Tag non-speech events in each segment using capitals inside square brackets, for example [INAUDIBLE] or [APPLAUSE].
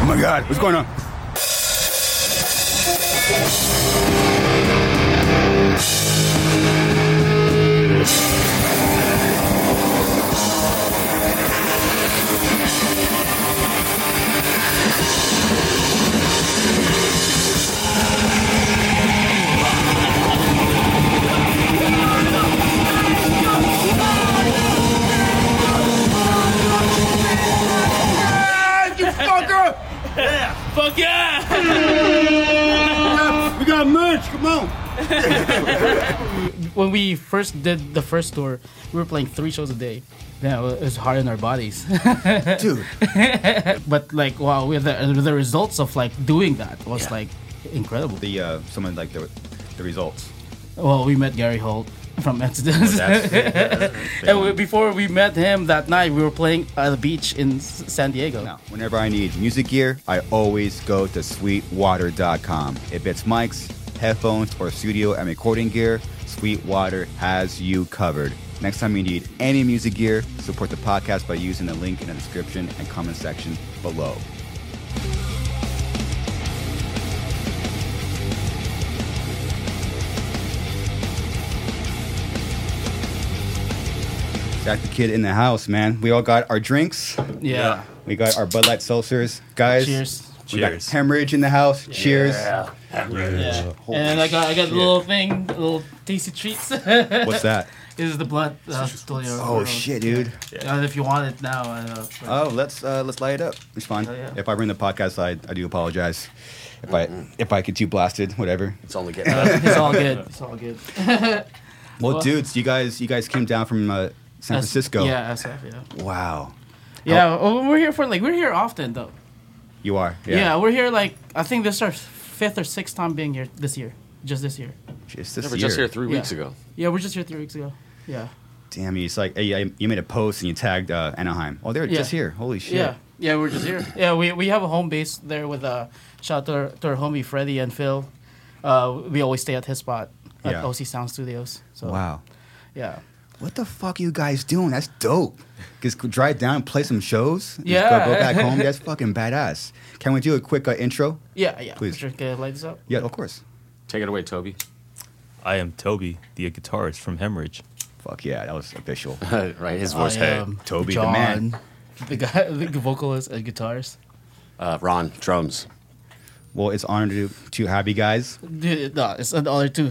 Oh my god, what's going on? you fucker! Fuck yeah! we got merch, come on! When we first did the first tour, we were playing three shows a day. Yeah, it was hard on our bodies. Dude, but like, wow, with the, the results of like doing that was Yeah. like incredible. The uh, someone like the the [LAUGHS] results. Well, we met Gary Holt from Exodus. Oh, [LAUGHS] That's, and we, before we met him that night, we were playing at the beach in S- San Diego. Now, whenever I need music gear, I always go to sweetwater.com. If it's mics, headphones, or studio and recording gear, Sweetwater has you covered. Next time you need any music gear, support the podcast by using the link in the description and comment section below. Got the kid in the house, man. We all got our drinks. Yeah. We got our Bud Light seltzers, guys. Cheers. We got Cheers. hemorrhage in the house. [LAUGHS] Cheers. Yeah. Holy and I got, I got a shit. little thing, a little tasty treats. [LAUGHS] What's that? This is the blood. Uh, totally Oh shit, dude. Uh, if you want it now, uh, but- Oh, let's uh, let's light it up. It's fine. Oh, yeah. If I ruin the podcast, I, I do apologize. If I if I get too blasted, whatever. It's only getting better. it's [LAUGHS] all good. It's [LAUGHS] all good. Well, Well- dudes, you guys you guys came down from uh, San Francisco. Yeah, SF, yeah. Wow. Yeah, oh, we're here for like we're here often though. You are. Yeah. we're here like I think this is our fifth or sixth time being here this year, just this year. It's this We were year. just here three Yeah. weeks ago. Yeah, we're just here three weeks ago. Yeah. Damn, it's like hey, I, you made a post and you tagged uh, Anaheim. Oh, they're Yeah. just here. Holy shit. Yeah. Yeah, we're just here. Yeah, we, we have a home base there with uh shout out to our, to our homie Freddie and Phil. Uh, we always stay at his spot at Yeah. OC Sound Studios. So Wow. Yeah. What the fuck you guys doing? That's dope. Just drive down, play some shows. and Yeah. Go, go back home. That's fucking badass. Can we do a quick uh, intro? Yeah, yeah. Please. Sure, can I light this up? Yeah, of course. Take it away, Toby. I am Toby, the guitarist from Hemorrhage. Fuck yeah, that was official. [LAUGHS] right, his voice. I Hey, am Toby the man. John, [LAUGHS] The guy the vocalist and guitarist. uh, Ron, drums. Well, it's honored to, to have you guys. Dude, no, it's an honor too.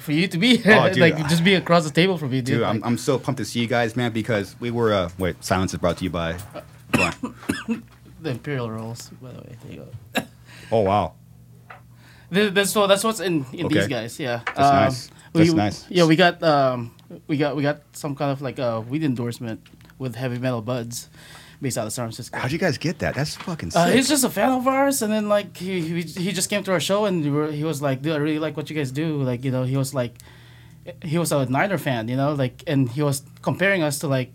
For you to be here, [LAUGHS] Oh, dude, like I- just be across the table from you, dude. Dude, I'm, like- I'm so pumped to see you guys, man, because we were. Uh, wait, silence is brought to you [LAUGHS] by. Blunt. the Imperial rolls, by the way. There you go. oh, wow. Th- That's so. That's what's in, in these Okay. guys. Yeah. That's nice. That's nice. Yeah, we got um, we got we got some kind of like a weed endorsement with Heavy Metal Buds, based out of San Francisco. How'd you guys get that? That's fucking sick. Uh, he's just a fan of ours, and then like he he, he just came to our show, and we were, he was like, "Dude, I really like what you guys do." Like you know, he was like, he was a Niner fan, you know, like, and he was comparing us to like,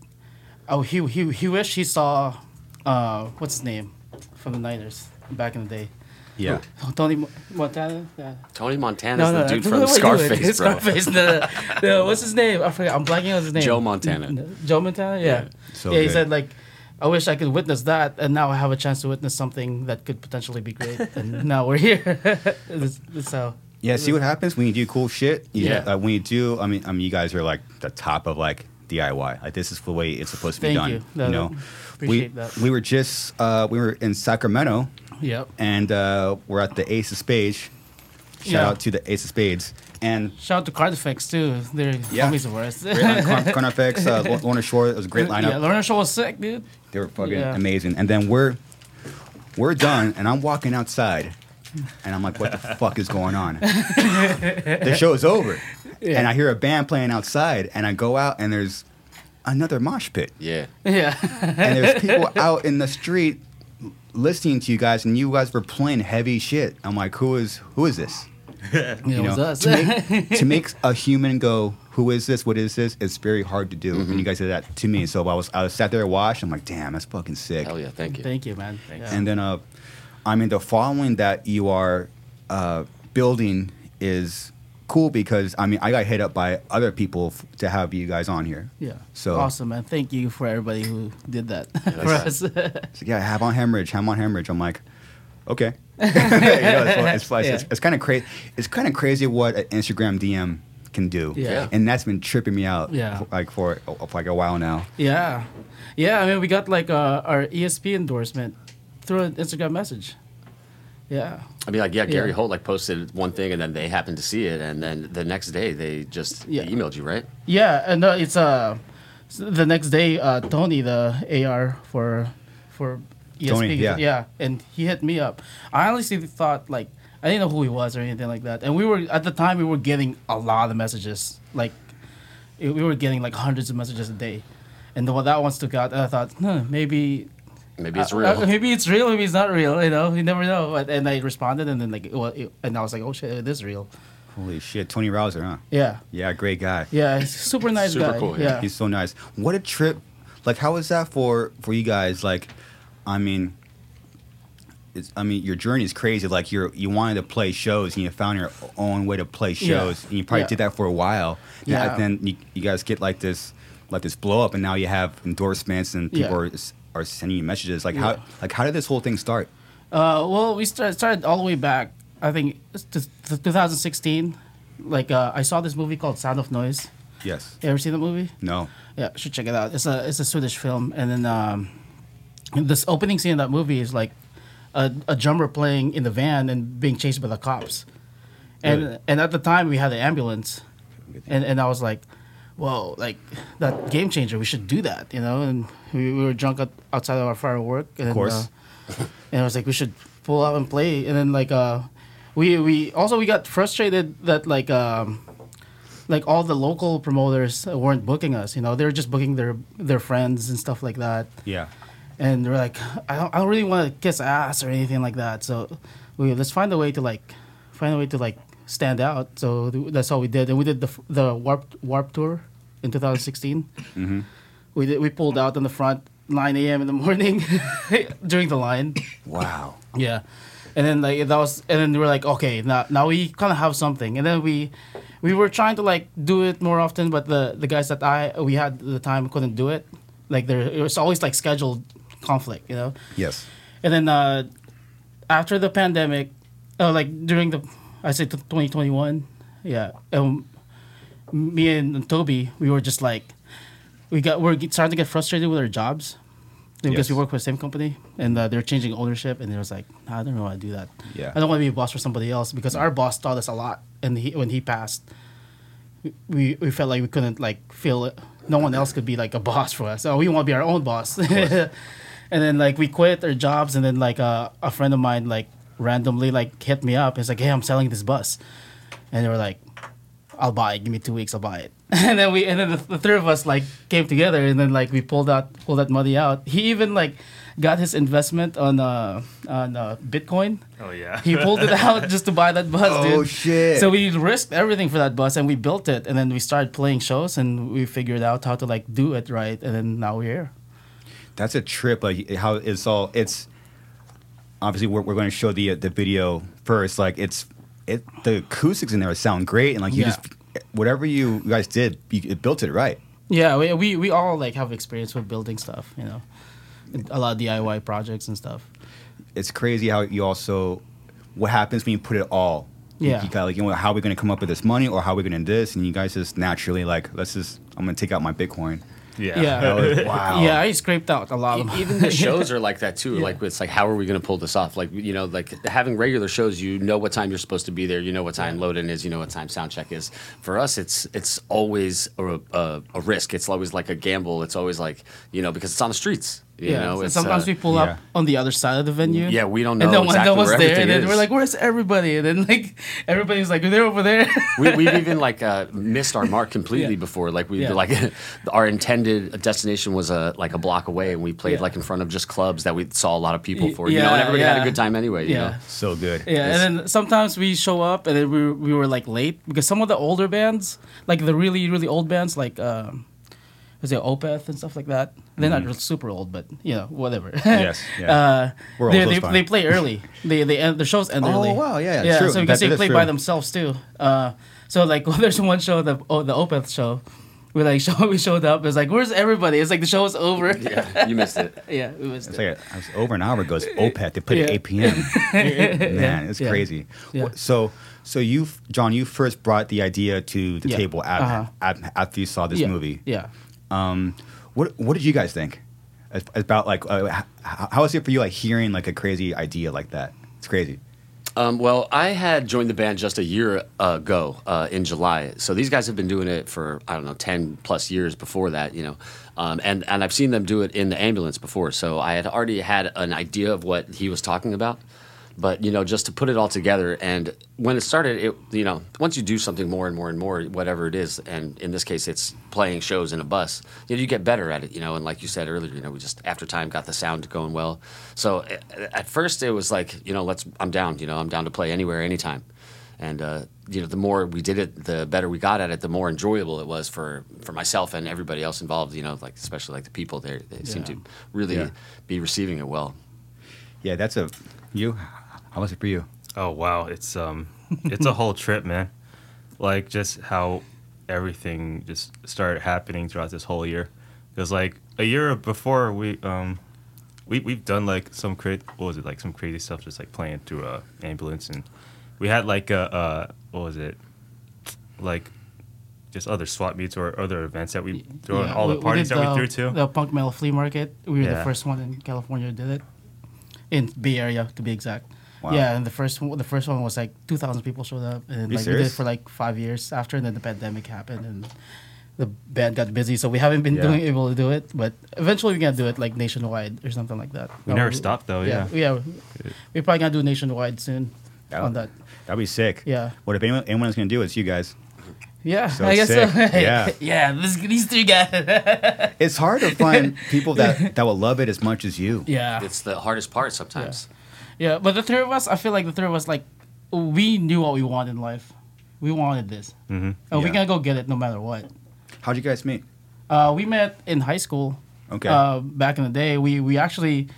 oh, he he he wished he saw, uh, what's his name, from the Niners back in the day, Oh, yeah. Tony Mo- Montana. Yeah. Tony Montana's the [LAUGHS] dude from what are you doing? Scarface, bro. Scarface. No, no, no, what's his name? I forgot. I'm blanking on his name. Joe Montana. Joe Montana. Yeah. So yeah, he good. said like, I wish I could witness that, and now I have a chance to witness something that could potentially be [LAUGHS] great, and now we're here. [LAUGHS] this, this how. Yeah, see what happens when you do cool shit. You- Yeah. uh, when you do, I mean, I mean, you guys are like the top of like DIY. Like this is the way it's supposed to be Thank done. you. No, you no, know, we appreciate that. we were just uh, we were in Sacramento Yep. and uh, we're at the Ace of Spades. Shout Yeah. out to the Ace of Spades and Shout out to Cardifex too. They're Yeah. homies of ours. Great line- [LAUGHS] Con- Con FX, uh, Lo- Lorna Shore. It was a great lineup. Yeah, Lorna Shaw was sick, dude. [LAUGHS] They were fucking Yeah. amazing. And then we're we're done, and I'm walking outside, and I'm like, "What the fuck is going on?" the show's over, and I hear a band playing outside, and I go out, and there's another mosh pit, Yeah. Yeah. and there's people out in the street listening to you guys, and you guys were playing heavy shit. I'm like, "Who is who is this?" [LAUGHS] it was know, us. to make a human go, who is this? What is this? It's very hard to do. And you guys did that to me. So I was I was sat there and watched. I'm like, damn, that's fucking sick. Hell yeah, thank you. Thank you, man. Yeah. And then, uh, I mean, the following that you are uh, building is cool because I mean I got hit up by other people f- to have you guys on here. Yeah. So- awesome, man. Thank you for everybody who did that [LAUGHS] for us. [LAUGHS] that's- So, yeah, have on hemorrhage, have on hemorrhage. I'm like, okay. [LAUGHS] You know, it's it's, Yeah. kind of crazy. It's kind of crazy what an Instagram DM can do. Yeah. Yeah. And that's been tripping me out. Yeah. Like for, uh, like a while now. yeah, yeah. I mean, we got like uh, our ESP endorsement through an Instagram message. Yeah, I mean, like, yeah, Gary Yeah. Holt like posted one thing, and then they happened to see it, and then the next day they just Yeah. emailed you, right? yeah. And uh, it's uh, s- the next day, uh, Tony, the AR for for E ESP, Tony, yeah. and he hit me up. I honestly thought like I didn't know who he was or anything like that. And we were at the time we were getting a lot of messages. Like it- we were getting like hundreds of messages a day, and the, that one stuck out. And I thought, huh, maybe Maybe it's Uh, real. uh, maybe it's real. Maybe it's not real. You know, you never know. But, and I responded, and then like, it, wa- it- and I was like, oh shit, it is real. Holy shit, Tony Rouser, huh? Yeah, Yeah, great guy. yeah, he's a super nice Super guy. cool, yeah. yeah. [LAUGHS] He's so nice. What a trip! Like, how is that for for you guys? Like, I mean, it's, I mean, your journey is crazy. Like, you're you wanted to play shows, and you found your own way to play shows, and you probably Yeah. did that for a while. Now- Yeah. then you, you guys get like this, like this blow up, and now you have endorsements, and people Yeah. are s- are sending you messages. Like, Yeah. how like how did this whole thing start? Uh, well, we start, started all the way back. I think it's t- t- 2016. Like, uh, I saw this movie called Sound of Noise. Yes. You ever seen the movie? No. Yeah, should check it out. It's a it's a Swedish film, and then um, this opening scene of that movie is like a, a drummer playing in the van and being chased by the cops, and Really? and at the time we had an ambulance, and and I was like, whoa, like that game changer. We should do that, you know. And we, we were drunk out, outside of our firework, and, course. uh, and I was like, we should pull out and play, and then like uh, we we also we got frustrated that like um like all the local promoters weren't booking us. You know, they were just booking their their friends and stuff like that. Yeah. And they were like, I don't, I don't really want to kiss ass or anything like that. So we let's find a way to like find a way to like stand out. So th- that's all we did. And we did the f- the warp warp tour in 2016. We did, we pulled out on the front 9 a.m. in the morning [LAUGHS] during the line. Wow. Yeah, and then like that was, and then we were like, okay, now now we kind of have something, and then we we were trying to like do it more often, but the the guys that I we had at the time couldn't do it. Like there, it was always like scheduled conflict, you know. Yes. And then uh, after the pandemic, uh, like during the, I say 2021, yeah. Um, me and Toby, we were just like, we got we're get- starting to get frustrated with our jobs because Yes. we work for the same company and uh, they're changing ownership and it was like I don't know how to do that. Yeah. I don't want to be a boss for somebody else because our boss taught us a lot and he, when he passed, we we felt like we couldn't like feel it. No one else could be like a boss for us. So we want to be our own boss. [LAUGHS] and then like we quit our jobs, and then like uh, a friend of mine like randomly like hit me up. It's like, hey, I'm selling this bus, and they were like, I'll buy it. Give me two weeks, I'll buy it. [LAUGHS] And then we and then the, the three of us like came together, and then like we pulled out pulled that money out. He even like got his investment on uh on uh, Bitcoin. Oh, yeah. He pulled it out just to buy [LAUGHS] that bus, dude. Oh, shit. So we risked everything for that bus, and we built it, and then we started playing shows, and we figured out how to like do it right, and then now we're here. That's a trip. Like how it's all. It's obviously we're, we're going to show the uh, the video first. Like it's it the acoustics in there sound great, and like you Yeah. just whatever you guys did, you it built it right. Yeah, we, we we all like have experience with building stuff, you know, a lot of DIY projects and stuff. It's crazy how you also what happens when you put it all. You- Yeah. You got like you know how are we going to come up with this money or how are we going to this, and you guys just naturally like let's just I'm going to take out my [LAUGHS] Bitcoin. Yeah. Yeah. That was- wow. Yeah, I scraped out a lot of. [LAUGHS] E- even the shows are like that too. Like it's like how are we going to pull this off? Like you know, like having regular shows, you know what time you're supposed to be there. You know what time load in is. You know what time sound check is. For us, it's it's always a, a, a risk. It's always like a gamble. It's always like you know because it's on the streets. You yeah, know, and it's, sometimes we uh, pull yeah. up on the other side of the venue. Yeah, we don't and know no one, no exactly one's where there, and everything then we're is. like, "Where's everybody?" And then like everybody's like, "They're over there." [LAUGHS] we, we've even like uh, missed our mark completely Yeah. before. Like we Yeah. like [LAUGHS] our intended destination was a like a block away, and we played Yeah. like in front of just clubs that we saw a lot of people Y- for. You know, and yeah, everybody had yeah. a good time anyway. You Yeah. know? So good. Yeah, and then sometimes we show up and then we, we were like late because some of the older bands, like the really really old bands, like um, was it Opeth and stuff like that. They're Mm-hmm. not super old, but you know whatever. [LAUGHS] Yes, yeah. uh, We're old, they, so it's they, fine. [LAUGHS] they play early. they they end, the shows end Oh, early. wow, yeah, yeah. true. So That- because they that's play true. by themselves too. Uh, So like, [LAUGHS] well, there's one show the oh the Opeth show, we like [LAUGHS] show we showed up. It's like where's everybody? It's like the show is over. Yeah, [LAUGHS] Yeah, [LAUGHS] you missed it. we missed It's like it. a, it's over an hour ago. [LAUGHS] It's OPEC. They put it Yeah. at 8 p.m. Man, it's [LAUGHS] Yeah. crazy. Yeah. Wh- So, so you, f- John, you first brought the idea to the Yeah. table af- Uh-huh. af- after you saw this yeah. movie. Yeah. Um, what What did you guys think As- about like uh, h- h- how was it for you like hearing like a crazy idea like that? It's crazy. Um, well, I had joined the band just a year ago uh, in July. So these guys have been doing it for I don't know ten plus years before that, you know. Um, and and I've seen them do it in the ambulance before. So I had already had an idea of what he was talking about, but you know, just to put it all together. And when it started, it you know, once you do something more and more and more, whatever it is, and in this case, it's playing shows in a bus. You know, you get better at it, you know. And like you said earlier, you know, we just after time got the sound going well. So a- at first it was like, you know, let's I'm down, you know, I'm down to play anywhere, anytime. And uh, you know, the more we did it, the better we got at it, the more enjoyable it was for for myself and everybody else involved. You know, like especially like the people there, they seem to really Yeah. be receiving it well. Yeah, that's a you. How was it for you? [LAUGHS] Oh wow, it's um, it's a whole trip, man. Like just how everything just started happening throughout this whole year. Because like a year before, we um, we we've done like some crazy, what was it like some crazy stuff, just like playing through a ambulance, and we had like a uh, what was it, like just other swap meets or other events that we threw, and Yeah, all the we- we parties did that we the- threw to. The punk metal flea market. We were the Yeah. first one in California who did it, in Bay Area to be exact. Wow. Yeah, and the first one, the first one was like two thousand people showed up, and You like we did it serious? for like five years after, and then the pandemic happened, and the band got busy, so we haven't been Yeah. doing able to do it, but eventually we're gonna do it like nationwide or something like that. We never stopped, though, yeah, we're probably gonna do nationwide soon Yeah. on that. That'd be sick. Yeah. What if anyone, anyone's gonna do it? It's you guys. Yeah, So I guess sick. so. [LAUGHS] Yeah. yeah, this, these three guys. It's hard to find people that that will love it as much as you. [LAUGHS] yeah, It's the hardest part sometimes. Yeah, but the three of us, I feel like the three of us, like, we knew what we wanted in life. We wanted this. Mm-hmm. And Yeah. we're going to go get it no matter what. How'd you guys meet? Uh, we met in high school. Okay. Uh, back in the day, we, we actually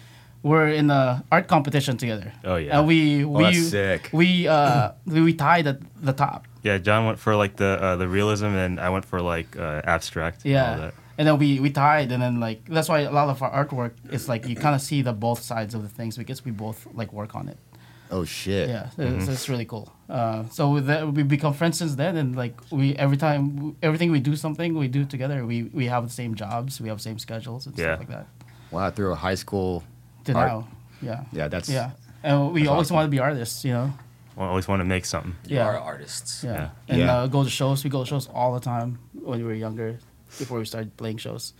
were in a art competition together. Oh, yeah. And we we that's sick. we uh we tied at the top. Yeah, John went for like the uh, the realism, and I went for like uh, abstract. and all Yeah. that. And then we, we tied, and then like that's why a lot of our artwork is like you kind of see the both sides of the things because we both like work on it. Oh shit. Yeah, so it's, it's really cool. Uh, so with that, we become friends since then, and like we every time everything we do something we do together. We we have the same jobs, we have the same schedules and Yeah. stuff like that. Wow. Through a high school. To art- now, yeah, Yeah, that's yeah, and we that's always awesome. want to be artists, you know. I always want to make something. You Yeah. are artists. Yeah, Yeah. and Yeah. Uh, go to shows. We go to shows all the time when we were younger, before we started playing shows.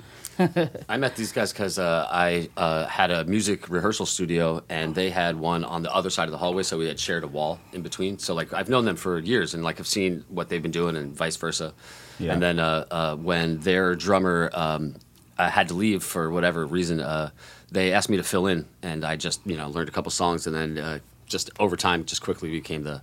I met these guys because uh, I uh, had a music rehearsal studio, and they had one on the other side of the hallway, so we had shared a wall in between. So like I've known them for years, and like I've seen what they've been doing, and vice versa. Yeah. And then uh, uh, when their drummer um, uh, had to leave for whatever reason, uh, they asked me to fill in, and I just you know learned a couple songs, and then uh, just over time, just quickly became the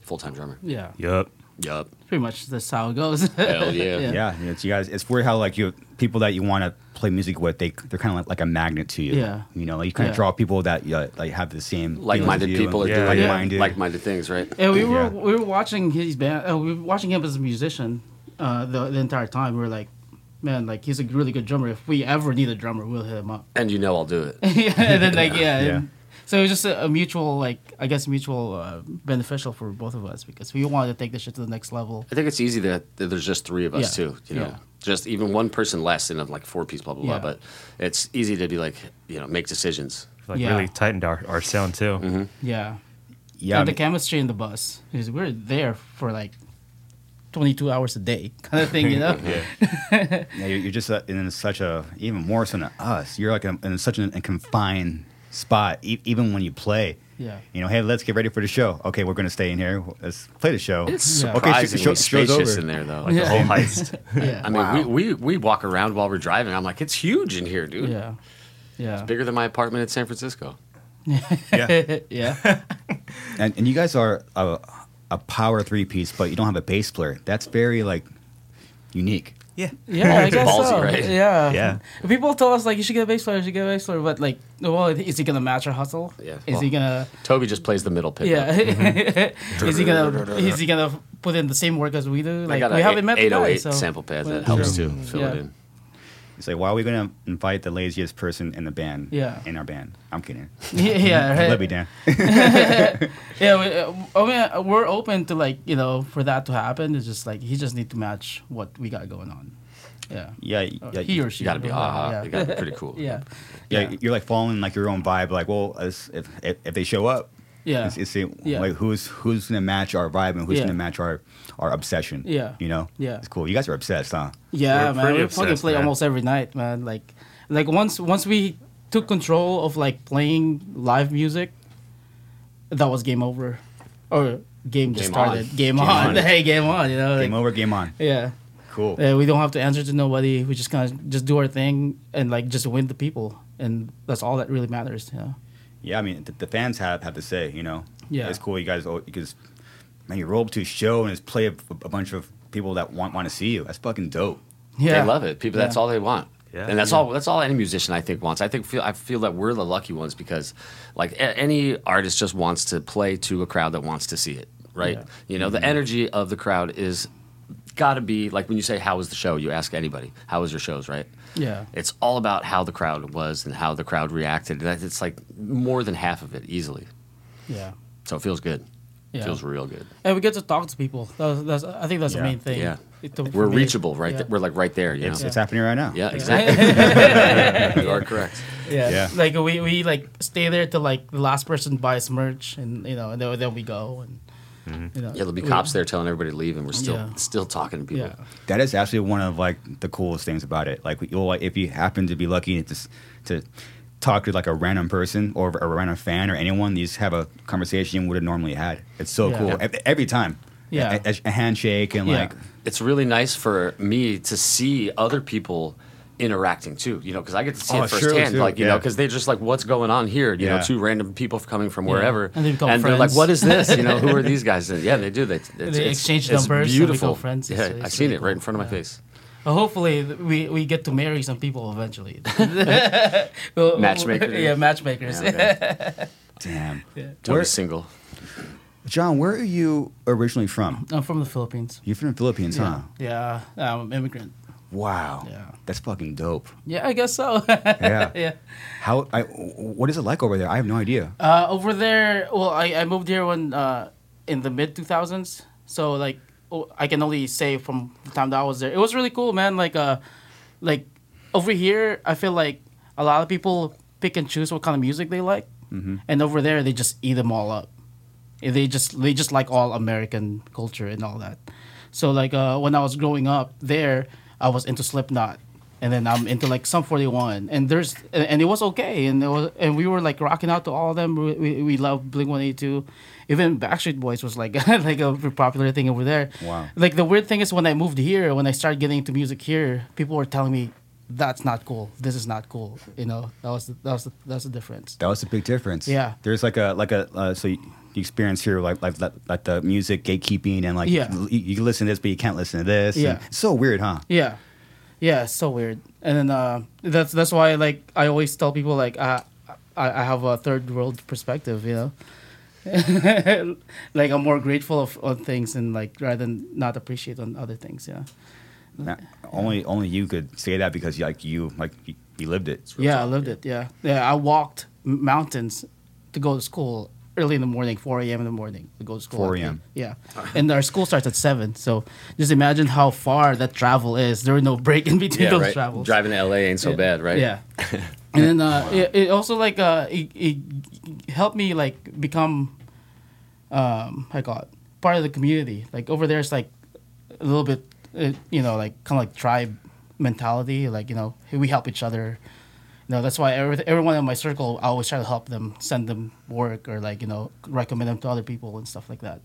full time drummer. Yeah, Yup. Yup. pretty much that's how it goes. [LAUGHS] Hell yeah. Yeah. Yeah, it's you guys. It's weird how like you people that you want to play music with, they they're kind of like, like a magnet to you. Yeah. you know, like you kind of Yeah. draw people that uh, like have the same feelings as Like-minded you people are and Yeah. doing Like-minded. like-minded things, right? And we were Yeah. we were watching his band. Uh, we were watching him as a musician uh, the the entire time. We were like, man, like he's a really good drummer. If we ever need a drummer, we'll hit him up. [LAUGHS] And you know I'll do it. yeah, and then like yeah. Yeah. and- so it was just a, a mutual like I guess mutual uh, beneficial for both of us because we wanted to take this shit to the next level. I think it's easy that that there's just three of us Yeah. too. You know, Yeah. just even one person less in a, like four piece, blah blah Yeah. blah. But it's easy to be like, you know, make decisions. Like Yeah. really tightened our, our sound too. Yeah, Yeah, I and the mean, chemistry in the bus is we were there for like twenty two hours a day [LAUGHS] kind of thing, you know. yeah, you're, you're just uh, in such a even more so than us. You're like in, in such an, a confined spot, e- even when you play. Yeah. you know, hey, let's get ready for the show. Okay, we're gonna stay in here. Let's play the show. It's Yeah. Okay, surprisingly sh- sh- show's spacious over. in there though. Like Yeah. the whole [LAUGHS] heist. yeah. I mean, we, we we walk around while we're driving. I'm like, it's huge in here, dude. yeah, yeah, Bigger than my apartment in San Francisco. [LAUGHS] yeah, yeah, and, and you guys are a, a power three piece, but you don't have a bass player. That's very like unique. Yeah. Yeah, I guess Ballsy, so. right? Yeah. Yeah. People told us like you should get a bass player, you should get a bass player, but like, well, is he gonna match our hustle? Yeah, Is well, he gonna? Toby just plays the middle pickup. Yeah. [LAUGHS] is he gonna? Is he gonna put in the same work as we do? I Like got we an haven't met the guy, 808 so. sample pad that Well, helps too fill it Yeah. in. It's like, why are we gonna invite the laziest person in the band? Yeah. in our band. I'm kidding. Yeah, [LAUGHS] yeah, right. Love you, [LAUGHS] Dan. Yeah, we, uh, I mean, uh, we're open to like you know for that to happen. It's just like he just need to match what we got going on. Yeah. yeah, yeah, Oh, he or she. You got to be whatever, ah, yeah. you got to be pretty cool. yeah. yeah, You're like following like your own vibe. Like, well, it's- if if, if they show up, Yeah. it's, it's it- Yeah. like who's who's gonna match our vibe and who's Yeah. gonna match our our obsession. Yeah. you know. Yeah. it's cool. You guys are obsessed, huh? Yeah, We're man, pretty we fucking obsessed, play man. almost every night, man. Like, like once once we took control of like playing live music, that was game over, or game just Game started. on. Game, Game on, [LAUGHS] on. hey, game on. You know, like, Game over, game on. yeah. Cool. Uh, we don't have to answer to nobody. We just kind of just do our thing and like just win the people, and that's all that really matters. You know? Yeah, I mean, the, the fans have have to say, you know. Yeah. it's cool. You guys, al- you guys, man, you roll up to a show and just play a, a bunch of people that want want to see you. That's fucking dope. Yeah, They love it. People, that's Yeah. all they want. Yeah. And that's all. That's all any musician I think wants. I think feel I feel that we're the lucky ones because, like a- any artist, just wants to play to a crowd that wants to see it. Right. Yeah. Mm-hmm. You know, the energy of the crowd is got to be like when you say how was the show, you ask anybody how was your shows, right? Yeah, It's all about how the crowd was and how the crowd reacted. And that- It's like more than half of it easily. yeah. So it feels good. Yeah. It feels real good. And we get to talk to people. That's, that's I think that's Yeah. the main thing. Yeah. It- to- We're for me, reachable, right? yeah. th- We're like right there. You It's know? it's happening right now. yeah, [LAUGHS] exactly. [LAUGHS] you are correct. Yeah. Yeah. Like we, we like stay there till like the last person buys merch and you know, and then, then we go and Mm-hmm. you know. Yeah, there'll be cops there telling everybody to leave, and we're still Yeah. still talking to people. Yeah. That is actually one of like the coolest things about it. Like you'll like if you happen to be lucky to s- to talk to like a random person or a random fan or anyone, you just have a conversation you would have normally had. It's so Yeah. cool Yeah. E- every time. Yeah. a, a- a handshake and Yeah. like It's really nice for me to see other people interacting too, you know, because I get to see Oh, it sure, firsthand, too, like you yeah. know, because they're just like, "What's going on here?" You Yeah. know, two random people coming from wherever, And they become they're like, friends. "What is this?" [LAUGHS] You know, who are these guys? And yeah, they do. They, it's, They it's- exchange it's numbers and become Beautiful friends. It's- Yeah, it's I've seen really it right in front of my cool. Yeah. [LAUGHS] face. Well, hopefully th- we, we get to marry some people eventually. [LAUGHS] Well, Matchmaker. [LAUGHS] Yeah, matchmakers. Yeah, damn. Don't Where- be single. John, where are you originally from? [LAUGHS] I'm from the Philippines. You're from the Philippines, huh? Yeah, I'm immigrant. Wow. Yeah. That's fucking dope. Yeah, I guess so. Yeah. [LAUGHS] yeah. How I what is it like over there? I have no idea. Uh, over there, well, I, I moved here when uh, in the mid 2000s. So like, o- I can only say from the time that I was there, it was really cool, man. Like, uh, like over here, I feel like a lot of people pick and choose what kind of music they like, and over there, they just eat them all up. They just they just like all American culture and all that. So like uh, when I was growing up there, I was into Slipknot, and then I'm into like Sum 41, and there's and, and it was okay, and it was and we were like rocking out to all of them. We we, we love Blink 182, even Backstreet Boys was like [LAUGHS] like a popular thing over there. Wow. Like the weird thing is when I moved here, when I started getting into music here, people were telling me that's not cool. This is not cool. You know that was the, that was the, that's the difference. That was a big difference. Yeah. There's like a like a uh, so you, you experience here like like like- like the music gatekeeping and like Yeah. you, you can listen to this but you can't listen to this. Yeah. and- it's so weird, huh? Yeah, yeah, it's so weird. And then uh, that's that's why like I always tell people like uh, I I have a third world perspective, you know. [LAUGHS] like I'm more grateful of on things and like rather than not appreciate on other things. Yeah, Now, only only you could say that because like you like you, you lived it. yeah, I loved it. Yeah, yeah, I walked m- mountains to go to school early in the morning, 4 a.m. in the morning to go to school. 4 a.m.. Yeah, [LAUGHS] and our school starts at seven, so just imagine how far that travel is. There are no break in between those travels. Driving to LA ain't so bad, right? [LAUGHS] Yeah. and then uh, it, it also like uh, it, it helped me like become um I call it part of the community. Like over there, it's like a little bit uh, you know like kind of like tribe mentality. Like you know we help each other. You know that's why every, everyone in my circle, I always try to help them, send them work or like you know recommend them to other people and stuff like that.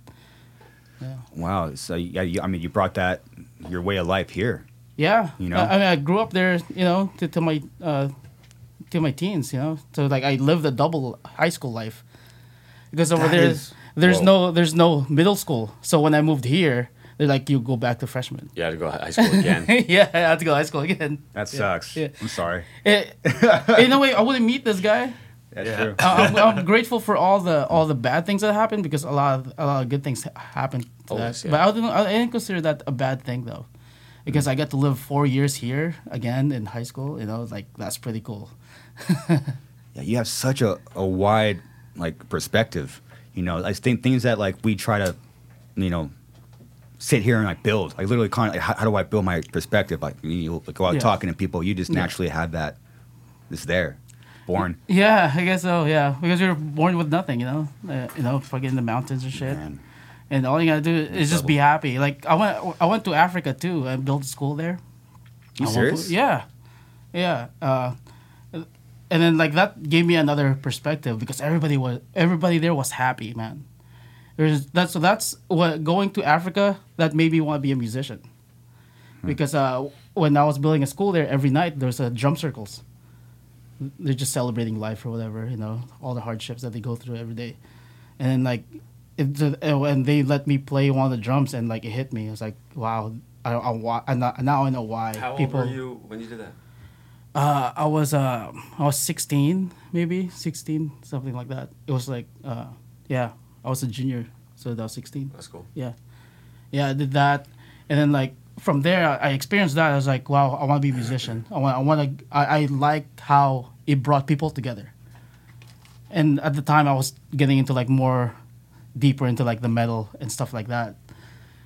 Wow. So yeah, you, I mean you brought that your way of life here. Yeah, You know? I, I mean, I grew up there, you know, to, to my uh, to my teens, you know. So like, I lived a double high school life because over That there, is- there's Whoa. no there's no middle school. So when I moved here, They're like, you go back to freshman. You had to go high school [LAUGHS] again. yeah, I had to go to high school again. That sucks. yeah. I'm sorry. [LAUGHS] Eh, in a way, I wouldn't meet this guy. That's Yeah. true. I- I'm, I'm grateful for all the all the bad things that happened because a lot of a lot of good things ha- happened. To Always, that. yeah. But I didn't I didn't consider that a bad thing though, because I got to live four years here again in high school. You know, like that's pretty cool. Yeah, you have such a, a wide like perspective. You know, I think things that like we try to, you know, sit here and like build. Like literally, kind of, like, how, how do I build my perspective? Like you like, go out Yeah. talking to people, you just Yeah. naturally have that. It's there, born. Yeah, I guess so. Yeah, because you're born with nothing. You know, uh, you know, fucking in the mountains and shit. Man. And all you gotta do is just be happy. Like I went, I went to Africa too. I built a school there. You I went serious? to- yeah, yeah. Uh, and then like that gave me another perspective because everybody was everybody there was happy, man. There's that's so that's what going to Africa that made me want to be a musician, Hmm. because uh, when I was building a school there, every night there's a drum circles. They're just celebrating life or whatever, you know, all the hardships that they go through every day, and then like, it, uh, when they let me play one of the drums and like it hit me, I was like, wow, I, I, wa- I not, now I know why you when you did that? uh, I was uh, I was 16, maybe 16, something like that. It was like, uh, yeah, I was a junior, so that was 16. That's cool. Yeah, yeah, I did that, and then like from there, I I experienced that. I was like, wow, I want to be a musician. I want, I want to. I, I liked how it brought people together. And at the time, I was getting into like more deeper into like the metal and stuff like that.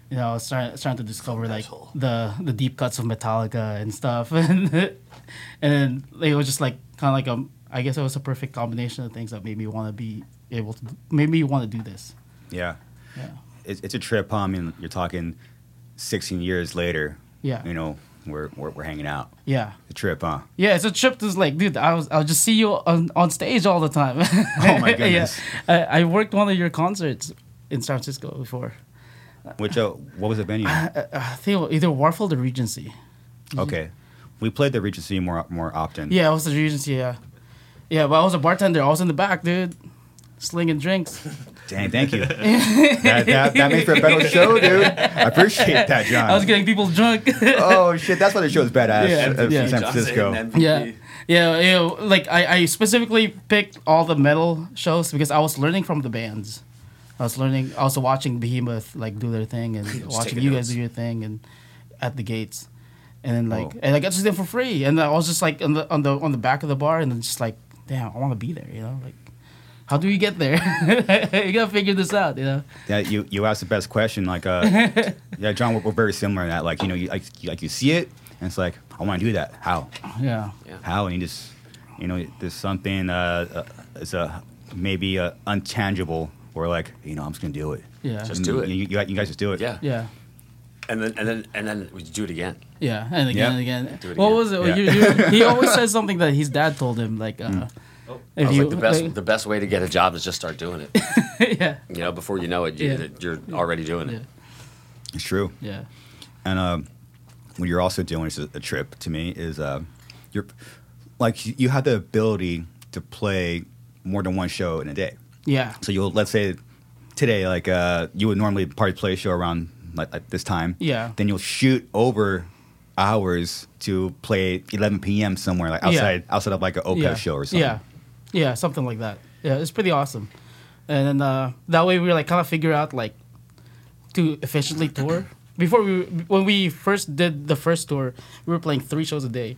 You know, I was trying, starting to discover like Metal. the the deep cuts of Metallica and stuff, [LAUGHS] and and it was just like kind of like a. I guess it was a perfect combination of things that made me want to be able to made me want to do this. Yeah. Yeah. It's, it's a trip. huh? I mean, you're talking 16 years later. Yeah. You know, we're we're, we're hanging out. Yeah. The trip, huh? Yeah, it's a trip to like, dude, I was I'll just see you on, on stage all the time. [LAUGHS] Oh, my goodness. [LAUGHS] yeah. I, I worked one of your concerts in San Francisco before. Which uh, what was the [LAUGHS] venue? I think it was either Warfield or Regency. okay, we played the Regency more more often. Yeah, it was the Regency, yeah. Yeah, but I was a bartender. I was in the back, dude. Slinging drinks. Dang, thank [LAUGHS] you. that, that, that makes for a better show, dude. I appreciate that, John. I was getting people drunk. [LAUGHS] oh shit, that's why the show's badass. Yeah, uh, yeah. from San Francisco. yeah. Yeah, yeah. Like I, I specifically picked all the metal shows because I was learning from the bands. I was learning I was watching Behemoth like do their thing and watching taking you notes. guys do your thing and at the gates. And then like Whoa. and I got to see them for free. And I was just like on the on the on the back of the bar and then just like, damn, I wanna be there, you know? Like how do we get there? [LAUGHS] you gotta figure this out, you know. Yeah, you you asked the best question. Like, [LAUGHS] uh, yeah, John, we're, we're very similar in that. Like, you know, you like you, like you see it, and it's like I want to do that. How? Yeah. How? And you just, you know, there's something uh, uh, it's a maybe uh, untangible or like you know I'm just gonna do it. Yeah. Just do it. You, you, you guys just do it. Yeah. Yeah. And then and then and then we do it again. Yeah, and again Yeah. and again. Do it What again. was it? Yeah. Mm. [LAUGHS] You, you, he always says something that his dad told him, like, uh, Oh, I if was you, like the best the best way to get a job is just start [LAUGHS] doing it. like- yeah, You know, before you know it, you, Yeah. you're already doing yeah, it. It's true. yeah, And uh, what you're also doing is a, a trip to me is uh, you're like you- you have the ability to play more than one show in a day. yeah, So you'll let's say today like uh, you would normally probably play a show around like, like this time. Yeah. Then you'll shoot over hours to play 11 p.m. somewhere like Yeah. outside outside of like an OPEP yeah. show or something. [LAUGHS] Yeah, yeah, something like that. Yeah, it's pretty awesome. And then, uh, that way we like kind of figure out like to efficiently tour. Before we, when we first did the first tour, we were playing three shows a day.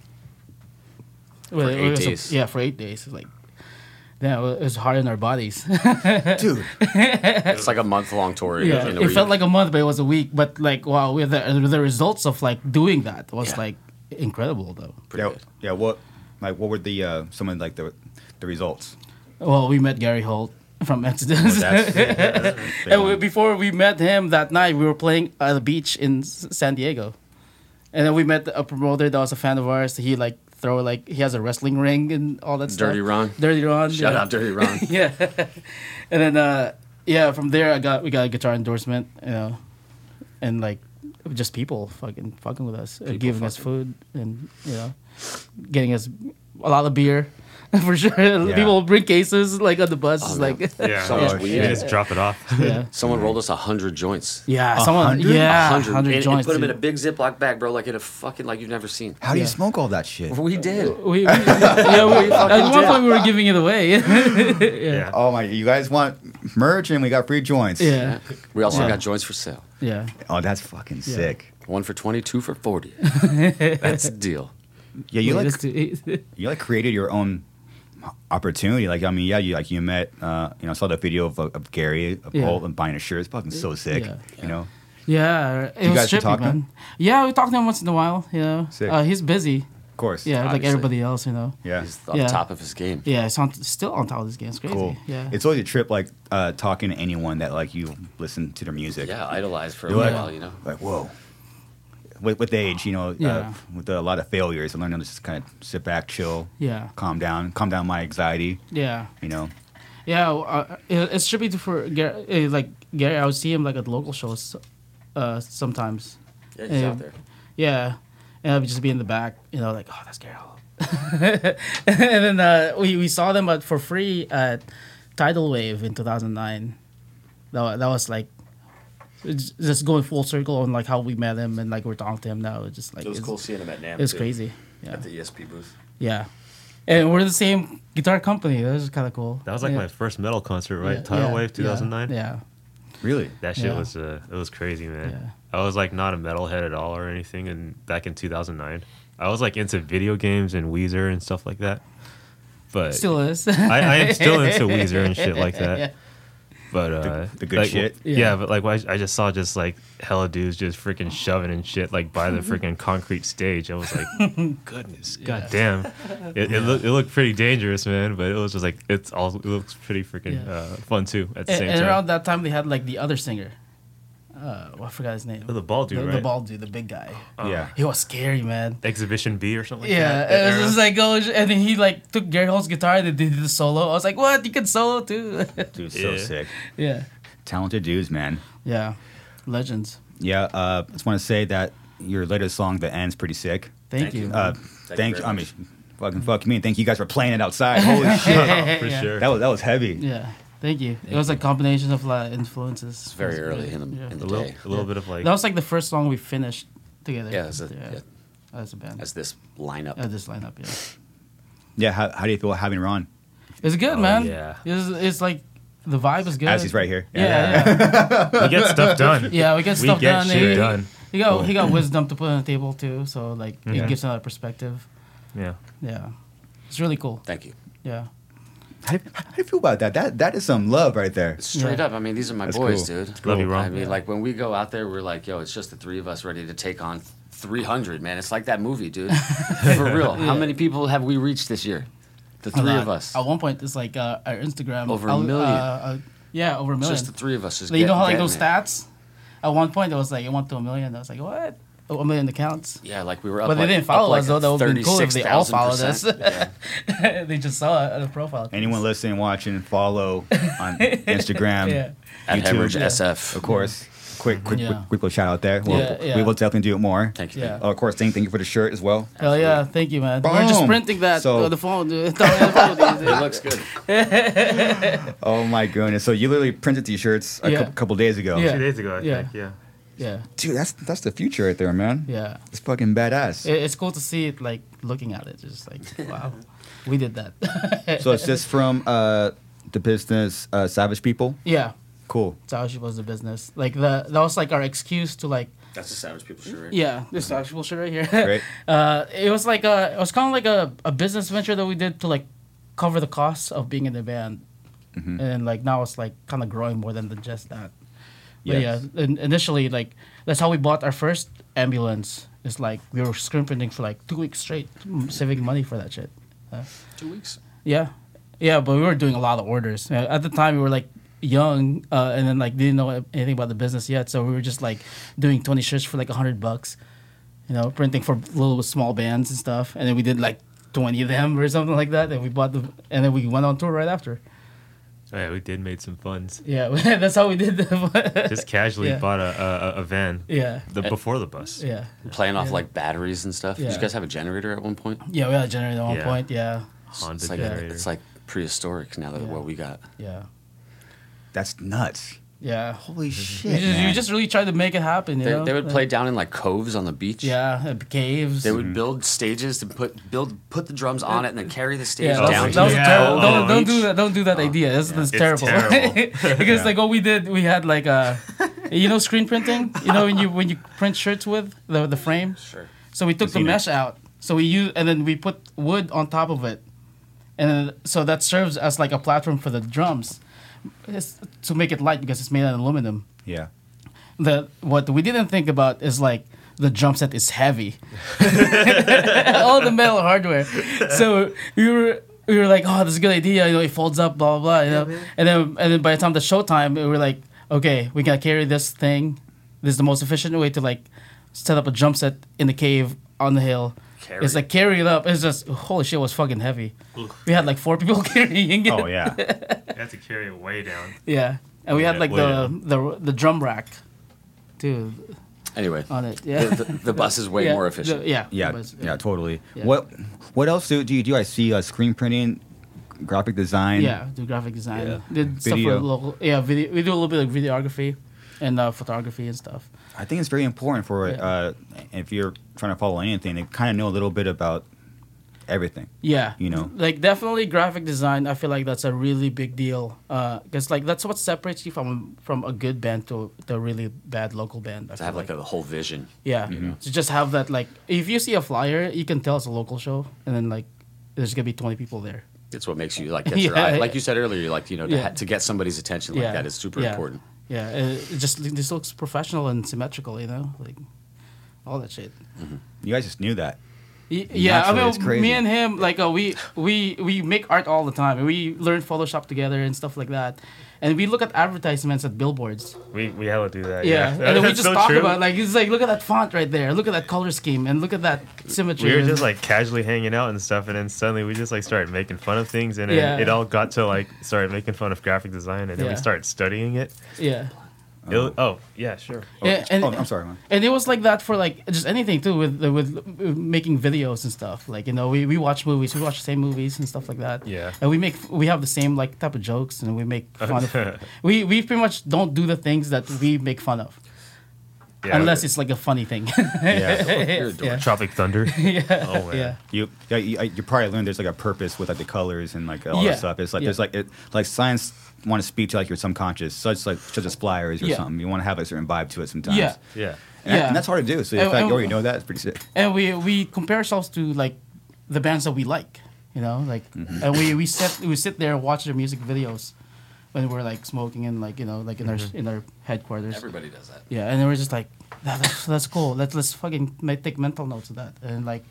For eight days. yeah, for eight days. Like, yeah, it was hard on our bodies. [LAUGHS] Dude, It's like a month long tour. Yeah, in a it week. felt like a month, but it was a week. But like, wow, we the the results of like doing that was Yeah. like incredible, though. Pretty yeah, good. yeah. What like what were the uh, some of like the the [LAUGHS] results? Well, we met Gary Holt from [LAUGHS] Oh, Exodus, That's, that's and we, before we met him that night, we were playing at the beach in S- San Diego, and then we met a promoter that was a fan of ours. He like throw like he has a wrestling ring and all that stuff. Dirty Ron. Dirty Ron. Shout yeah. out Dirty Ron. [LAUGHS] yeah, and then uh, yeah, from there I got we got a guitar endorsement, you know, and like just people fucking uh, fucking with us, and giving us food, and you know, getting us a lot of beer. [LAUGHS] for sure. People will bring cases like on the bus, it's like [LAUGHS] Yeah, So much you weed. just drop it off. yeah, Someone rolled us hundred joints. yeah. Someone, hundred? yeah, hundred and, hundred and joints. put them in a dude. big Ziploc bag, bro, like in a fucking like you've never seen. How do you Yeah. smoke all that shit? We [LAUGHS] did. we, we, yeah, we, at one point we were giving it away. [LAUGHS] [LAUGHS] yeah, Yeah. Oh my! You guys want merch, and we got free joints. yeah, We also Yeah. got joints for sale. yeah. Oh, that's fucking sick. One for twenty, two [LAUGHS] for forty. That's a deal. Yeah, you Wait, like this dude- you like created your own opportunity. Like I mean, yeah, you like you met. Uh, you know, I saw that video of, of Gary of Yeah. Paul and buying a shirt. It's fucking so sick. Yeah. You know. [LAUGHS] yeah, it You was guys can trippy, talk to man. him? Yeah, we talk to him once in a while. You know, Sick. Uh, he's busy. Of course. Uh, Yeah, like Obviously. everybody else, you know. Yeah. He's on Yeah. top of his game. Yeah, it's on, still on top of this game. It's crazy. Cool. Yeah. It's always a trip, like uh, talking to anyone that like you listen to their music. Yeah, idolized for a You're like- while, you know. Like whoa. With, with age, you know, uh, Yeah. with a lot of failures, I learned to just kind of sit back, chill, yeah. calm down, calm down my anxiety. Yeah. You know. Yeah, w- uh, it- it's trippy to for Gar- uh, like Gary. I would see him like at local shows uh, sometimes. Yeah, he's Yeah. out there. Yeah, and I would just be in the back, you know, like oh that's Gary. Hall." [LAUGHS] and then uh, we we saw them at, for free at Tidal Wave in 2009. That wa- that was like. It's just going full circle on like how we met him and like we're talking to him now. It's just like It was it's, cool seeing him at NAM. it's crazy. Yeah. At the ESP booth. Yeah. And we're the same guitar company. That was kind of cool. That was like yeah. my first metal concert, right? Yeah, Tidal yeah, Wave yeah, 2009. Yeah. Really. That shit Yeah. was uh, it was crazy, man. Yeah. I was like not a metalhead at all or anything, and back in 2009, I was like into video games and Weezer and stuff like that. But Still is. [LAUGHS] I, I am still into Weezer and shit like that. But uh, the good like, shit? Yeah. Yeah. but like I, I just saw just like hella dudes just freaking shoving and shit like by [LAUGHS] the freaking concrete stage. I was like, goodness, goddamn, it, it, looked, it looked pretty dangerous, man. But it was just like it's all it looks pretty freaking Yeah. uh, fun too at the And, same and time. around that time, they had like the other singer. Uh, well, I forgot his name. Oh, the bald dude, the, the right? bald dude, the big guy. yeah. He was scary, man. Exhibition B or something. Yeah, like that, it that was just era. like oh, and then he like took Gary Holt's guitar and then did the solo. I was like, what? You can solo too? [LAUGHS] Dude, so Yeah. sick. yeah, Talented dudes, man. yeah, legends. Yeah, uh, I just want to say that your latest song, "The End's Pretty sick. Thank, Thank you. you. Uh, you thank you. very I mean, much. fucking fuck me. and Thank you guys for playing it [LAUGHS] outside. Holy shit, for yeah. sure. that was that was heavy. yeah, thank you. it was a combination of like influences. It's very early in the, in a the little, day. a little bit of like That was like the first song we finished together. Yeah, as a- yeah. as a band. As this lineup. Uh, this lineup, yeah. Yeah, how, how do you feel having Ron? It's good, man. yeah. It's, it's like the vibe is good. As he's right here. Yeah, yeah. [LAUGHS] yeah. we get stuff done. we get [LAUGHS] we stuff get done. eh? shit he, done. He got he got wisdom to put on the table too, so like Yeah. it gives another perspective. Yeah. Yeah. It's really cool. Thank you. Yeah. How, do, how do you feel about that? That that is some love right there. Straight Yeah. up, I mean, these are my That's boys, cool. dude. Love you, Ron. I mean, like when we go out there, we're like, yo, it's just the three of us ready to take on 300, man. It's like that [LAUGHS] movie, dude. For real. How many people have we reached this year? The A three lot. of us. At one point, it's like uh, our Instagram Over a I'll- million. uh, uh, yeah, over a million. Just the three of us. Just Like, you get- know how like getting those it. stats? At one point, it was like it went to a million. I was like, what? Oh, A million accounts. [LAUGHS] Yeah, like we were up. But they like, didn't follow up like us, though. That would've been cool if they all followed us. [LAUGHS] 36,000%. Yeah. they just saw it on the profile. Anyone listening, watching, follow on Instagram, Yeah. At YouTube, Hemorrhage Yeah. of SF. course. Quick, quick, Yeah. quick, quick little shout out there. We'll, Yeah, yeah. We will definitely do it more. Thank you. Yeah. Oh, of course, thank, thank you for the shirt as well. Hell yeah, thank you, man. We're just Boom. printing that So- on the phone, dude. [LAUGHS] Tell me how to [LAUGHS] follow these, dude. It looks good. Oh my goodness! So you literally printed T-shirts a Yeah. cou- couple days ago. Yeah. Two days ago, I Yeah. think. Yeah. Yeah, dude, that's that's the future right there, man. yeah. It's fucking badass. It, it's cool to see it, like, looking at it. It's just [LAUGHS] like, wow, we did that. so it's just from uh, the business uh, Savage People. [LAUGHS] yeah, Cool. Taoshi was the business. Like, the, that was, like, our excuse to, like, That's the Savage People shirt. right? yeah, this actual shit right here. Great. [LAUGHS] Uh, it was like a, it was kind of like a, a business venture that we did to, like, cover the costs of being in the band. Mm-hmm. And, like, now it's, like, kind of growing more than just that. But Yes. yeah, in, initially, like that's how we bought our first ambulance. It's like we were screen printing for like two weeks straight, m- saving money for that shit. Two weeks. Yeah, yeah, but we were doing a lot of orders Uh, at the time. We were like young, uh, and then like didn't know anything about the business yet, so we were just like doing twenty shirts for like hundred bucks, you know, printing for little small bands and stuff, and then we did like twenty of them or something like that, and we bought the, and then we went on tour right after. Oh, yeah, we did made some funds. Yeah, [LAUGHS] that's how we did the. [LAUGHS] Just casually Yeah. bought a, a a van. yeah, The before the bus. yeah. Playing off like batteries and stuff. Did Yeah. you guys have a generator at one point? Yeah, we had a generator at one Yeah. point. Yeah, Honda It's like, generator. it's like prehistoric now that Yeah. what we got. Yeah. That's nuts. Yeah. Holy You shit, just, man. you just really try to make it happen. You They, know? they would play down in like coves on the beach. Yeah, uh, caves. They would build stages to put build put the drums on it and then carry the stage yeah, that down. was, to that was the yeah. terrible. Oh, Don't, don't beach. do that. Don't do that idea. That's, that's It's terrible. terrible. [LAUGHS] because Yeah. like what we did, we had like a, you know, screen printing. You know when you when you print shirts with the the frame. Sure. So we took the Seen it. mesh out. So we use and then we put wood on top of it, and then, so that serves as like a platform for the drums, it's, to make it light because it's made out of aluminum. yeah. The what we didn't think about is like the drum set is heavy, [LAUGHS] all the metal hardware. So we were. We were like, oh, this is a good idea. You know, it folds up, blah blah blah. You know, Mm-hmm. and then and then by the time the showtime, we were like, okay, we gotta carry this thing. This is the most efficient way to like set up a drum set in the cave on the hill. Carry It's it. like carry it up. It's just holy shit, it was fucking heavy. We had like four people [LAUGHS] carrying [LAUGHS] it. Oh yeah. You have to carry it way down. Yeah, and we had Yeah, like well, the, the the drum rack, too, Anyway, on it. Yeah, the, the bus is way [LAUGHS] Yeah, more the- efficient. yeah, Yeah, but- yeah, totally. Yeah. What what else do, do you do? I see uh, screen printing, graphic design. yeah. Do graphic design. Yeah. Did stuff for Video. local. Yeah, video. We do a little bit of videography, and uh, photography and stuff. I think it's very important for Yeah. uh, if you're trying to follow anything, to kind of know a little bit about everything. Yeah, You know. like definitely graphic design. I feel like that's a really big deal because like that's what separates you from from a good band to to a really bad local band. I To feel have like a Mm-hmm. whole vision. Yeah. To just have that like if you see a flyer, you can tell it's a local show and then like there's gonna be twenty people there. It's what makes you like catch your [LAUGHS] Yeah, eye. yeah. Like you said earlier, like you know to, Yeah. ha- to get somebody's attention like yeah. that is super Yeah. important. Yeah, it, it just this looks professional and symmetrical, you know? Like all that shit. You guys just knew that. Y- Yeah, I Naturally, it's mean, crazy. me and him, like, uh, we we we make art all the time, and we learn Photoshop together and stuff like that, and we look at advertisements at billboards. We we hella do that. Yeah, Yeah, and then we That's just so talk true. about like it's like look at that font right there, look at that color scheme, and look at that symmetry. we were and- just like casually hanging out and stuff, and then suddenly we just like started making fun of things, and then Yeah. it all got to like started making fun of graphic design, and then Yeah. we started studying it. yeah. Oh, oh yeah, sure. yeah, and, oh, I'm sorry, [LAUGHS] man. and it was like that for like just anything too with with making videos and stuff like you know we, we watch movies we watch the same movies and stuff like that Yeah. and we make we have the same like type of jokes and we make fun of we we pretty much don't do the things that we make fun of Yeah. unless it's like a funny [LAUGHS] thing Yeah, Oh, You're a dork. yeah. [LAUGHS] Tropic Thunder. yeah. Oh man. [LAUGHS] yeah you, yeah, you I- you probably learned there's like a purpose with like the colors and like all Yeah, that stuff. It's like yeah. there's like it like science want to speak to like your subconscious, such like such as flyers or Yeah. something. You want to have a certain vibe to it sometimes. Yeah. Yeah. And, Yeah. and that's hard to do. So the And- fact and- you already know that is pretty sick. and we we compare ourselves to like the bands that we like, you know, like Mm-hmm. and we we sit we sit there and watch their music videos when we're like smoking and like you know like in Mm-hmm. our in our headquarters. Everybody does that. Yeah, and then we're just like, that, that's, that's cool. Let's let's fucking ma- take mental notes of that and like.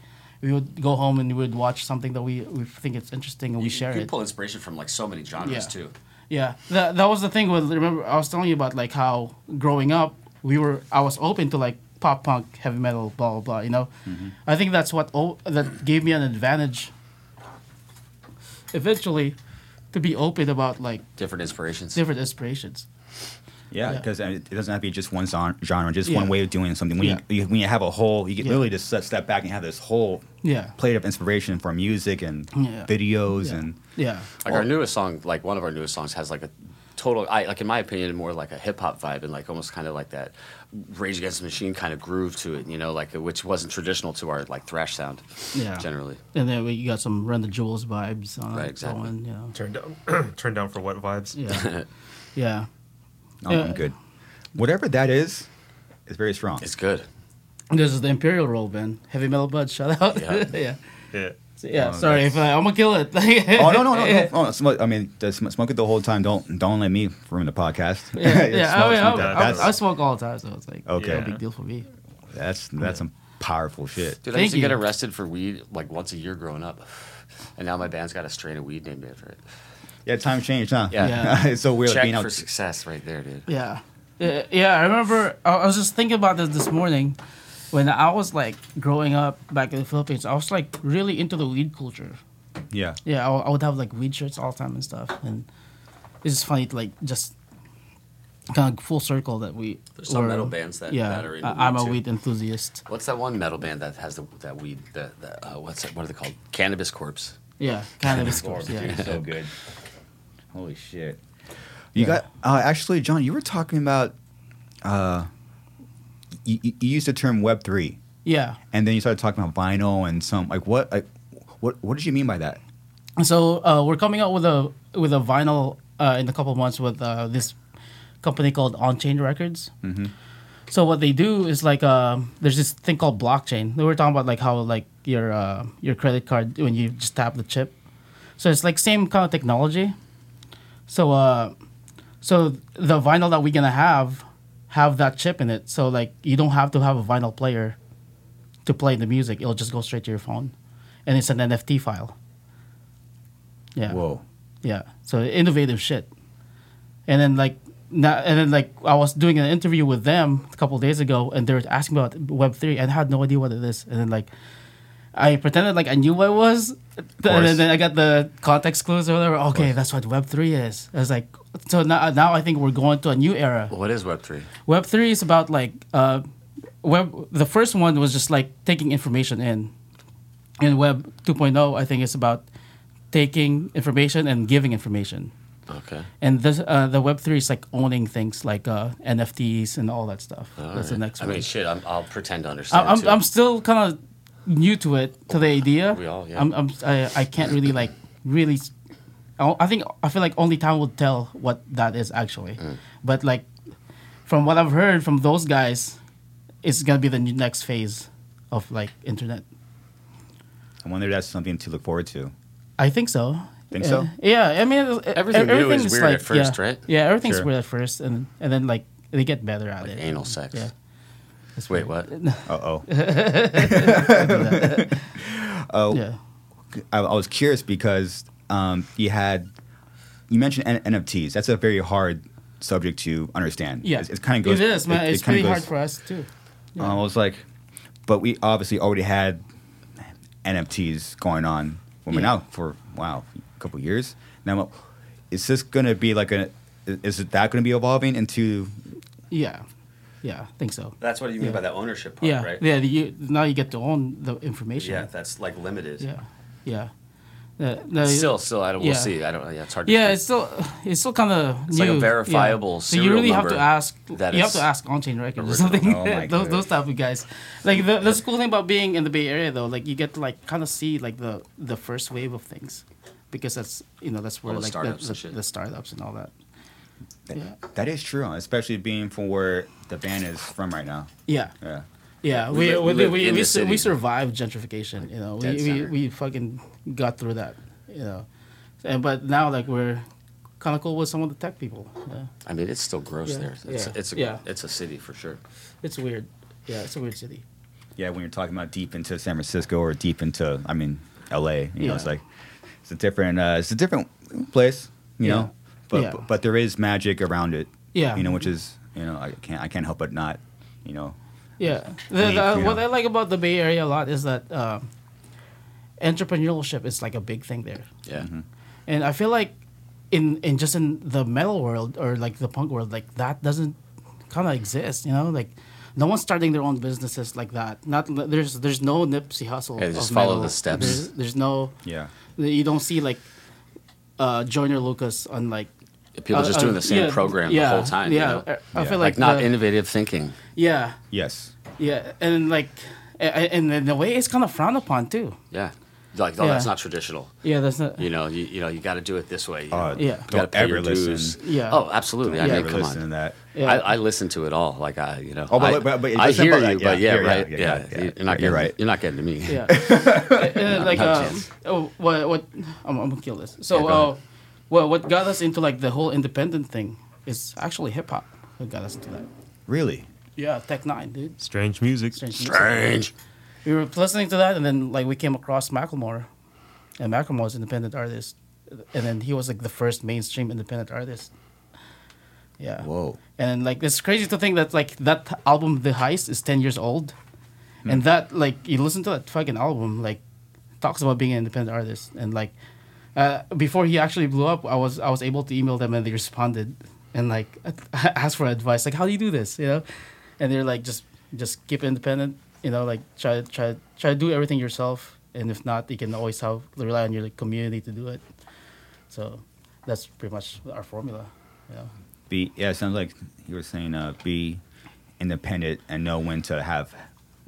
We would go home and we would watch something that we, we think it's interesting and we You, share you can it. pull inspiration from like so many genres Yeah. too. Yeah, that, that was the thing with remember I was telling you about like how growing up we were I was open to like pop punk, heavy metal, blah blah blah. You know, Mm-hmm. I think that's what o- that gave me an advantage. Eventually, to be open about like Different inspirations. different inspirations. Yeah, Yeah. because it doesn't have to be just one zon- genre, just one Yeah. way of doing something. When, Yeah. you, you, when you have a whole, you can Yeah. literally just set, step back and have this whole Yeah. plate of inspiration for music and Yeah. videos Yeah. and Yeah, Like our newest song, like one of our newest songs, has like a total, I like in my opinion, more like a hip hop vibe and like almost kind of like that Rage Against the Machine kind of groove to it, you know, like which wasn't traditional to our like thrash sound, Yeah. generally. and then we got some Run the Jewels vibes on Right, it, exactly. going, you [LAUGHS] know. Turned down. [CLEARS THROAT] turned down for what vibes? Yeah, yeah. no, oh, I'm Yeah. good. Whatever that is, is very strong. It's good. This is the Imperial Roll, Ben. Heavy metal bud. Shout out. Yeah. [LAUGHS] Oh, yeah. Yeah. So, yeah, sorry if I, I'm gonna kill it. [LAUGHS] oh no no no! no, no, smoke, I mean, just sm- smoke it the whole time. Don't don't let me ruin the podcast. [LAUGHS] [LAUGHS] Yeah, yeah. I, mean, Smoke- I, smoke that. I- that's I smoke all the time, so it's like Okay. no Yeah. big deal for me. that's that's some powerful shit. Dude, I Thank used to get you. arrested for weed like once a year growing up. And now my band's got a strain of weed named after it. Yeah, time changed, huh? Yeah. [LAUGHS] Yeah. it's so weird Check being out. for success right there, dude. Yeah, yeah. yeah, I remember I I was just thinking about this this morning when I was like growing up back in the Philippines. I was like really into the weed culture. Yeah, Yeah, I, I would have like weed shirts all the time and stuff, and it's just funny to like just kind of full circle that we. There's some were- metal bands that- yeah, that are into I, I'm weed a too. weed enthusiast. What's that one metal band that has the, that weed? The, the uh, what's that? What are they called? Cannabis Corpse. [LAUGHS] Yeah, cannabis Score, scores. Yeah. dude, so good. Holy shit. You got uh, actually, John. You were talking about. Uh, you, you used the term Web three, yeah. and then you started talking about vinyl and some like what like what what did you mean by that? So uh, we're coming out with a with a vinyl uh, in a couple of months with uh, this company called On Chain Records. Mm-hmm. So what they do is like um, there's this thing called blockchain. We were talking about like how like your uh, your credit card when you just tap the chip. So it's like same kind of technology. So uh, so the vinyl that we're gonna have have that chip in it. So like you don't have to have a vinyl player to play the music. It'll just go straight to your phone, and it's an NFT file. Yeah. Whoa. Yeah. So innovative shit. And then like now, and then like I was doing an interview with them a couple days ago, and they were asking about Web three, and I had no idea what it is. And then like I pretended like I knew what it was, and then, then I got the context clues or whatever. Okay, that's what Web three is. I was like, so now now I think we're going to a new era. What is Web three? Web three is about like uh, web. The first one was just like taking information in, and Web 2.0 I think is about taking information and giving information. Okay. And this, uh, the Web three is like owning things like uh, NFTs and all that stuff. All That's the right. next I one. mean, shit. I'm, I'll pretend to understand. I- I'm, too. I'm still kind of new to it to the idea. we all, yeah. I'm, I'm I, I can't really like really. s- I don't- I think I feel like only time will tell what that is actually, Mm. but like from what I've heard from those guys, it's gonna be the new next phase of like internet. I wonder if that's something to look forward to. I think so. Think Uh, so? Yeah, I mean, it- it- Everything new is everything's weird at first, yeah. right? Yeah, everything's Sure. weird at first, and and then like they get better at it. anal sex. Yeah. Wait, what? Uh oh. Yeah. I, I was curious because um, you had you mentioned N- NFTs. That's a very hard subject to understand. Yeah. it, kind of goes. It is, man. it- it it's kinda pretty hard goes- for us too. Uh, I was like, but we obviously already had NFTs going on. Well, Yeah. now for wow, a couple years. Now, is this going to be like a? Is that going to be evolving into? Yeah, yeah, I think so. That's what you mean Yeah. by the ownership part, Yeah, right? yeah. You, now you get to own the information. Yeah, that's like limited. yeah, yeah. The- the- Still, still, I don't. Yeah. We'll see. I don't. Yeah, it's hard. to yeah, predict. it's still it's still kind of It's like a verifiable So you serial really have to number ask. that you have is to ask on-chain records or original. something. Oh my [LAUGHS] those, those goodness. type of guys. Like the, that's the cool thing about being in the Bay Area though. Like you get to like kind of see like the the first wave of things, because that's you know that's where All the like the, startups and the, shit. the startups and all that. Yeah, That is true, especially being from where the band is from right now. yeah. Yeah. Yeah, We we li- we we live we, in we, the su- we city. survived gentrification. You know, dead we, we center. we fucking got through that. You know, and but now like we're kind of cool with some of the tech people. Yeah, I mean, it's still gross Yeah. there. It's, Yeah. it's a Yeah. it's a city for sure. it's weird. Yeah, it's a weird city. Yeah, when you're talking about deep into San Francisco or deep into, I mean, L.A. You know, it's Yeah. like it's a different, uh, it's a different place. You Yeah. know, but, Yeah. but there is magic around it. Yeah. you know, which is you know I can't I can't help but not, you know, Yeah, I The- mean, the- you what know. I like about the Bay Area a lot is that um, entrepreneurship is like a big thing there, Yeah. and I feel like in in just in the metal world or like the punk world, like that doesn't kind of exist. You know, like. No one's starting their own businesses like that. Not there's there's no Nipsey Hustle. Yeah, just of follow metal. the steps. There's, there's no yeah. you don't see like uh Joyner Lucas on like People uh, just uh, doing the same yeah, program yeah, the whole time. Yeah, You know? I- I Yeah. feel like, like not the- innovative thinking. Yeah, Yes. yeah, and like, a- a- and in a way, it's kind of frowned upon too. Yeah. Like, oh, Yeah. that's not traditional. Yeah, that's not. You know, you, you know, you got to do it this way. You Uh, know. Yeah. You gotta Don't pay ever your dues. listen. Yeah. Oh, absolutely. I Don't mean, ever come listen to on. that. Yeah. I, I listen to it all. Like I, you know, Oh, but- I, but- but it I doesn't- hear but, you, yeah, but yeah, yeah, yeah, right, yeah, yeah, yeah, yeah. You're not You're getting, right. you're not getting to [LAUGHS] me. Yeah. And, and, like, no um, chance. oh, what, what, I'm, I'm gonna kill this. So, Yeah, go uh, ahead. well, what got us into like the whole independent thing is actually hip hop. What got us into that? Really. Yeah, Tech Nine, dude. Strange music. Strange music. Strange. we were listening to that, and then like we came across Macklemore, and Macklemore was an independent artist, and then he was like the first mainstream independent artist. Yeah. Whoa. And like it's crazy to think that like that album, The Heist, is ten years old, Hmm. and that like you listen to that fucking album, like talks about being an independent artist, and like uh, before he actually blew up, I was I was able to email them and they responded and like [LAUGHS] asked for advice, like how do you do this, you know, and they're like just just keep independent, you know, like try try try to do everything yourself, and if not, you can always have rely on your community to do it. So that's pretty much our formula. Yeah. Be yeah, it sounds like you were saying uh, be independent and know when to have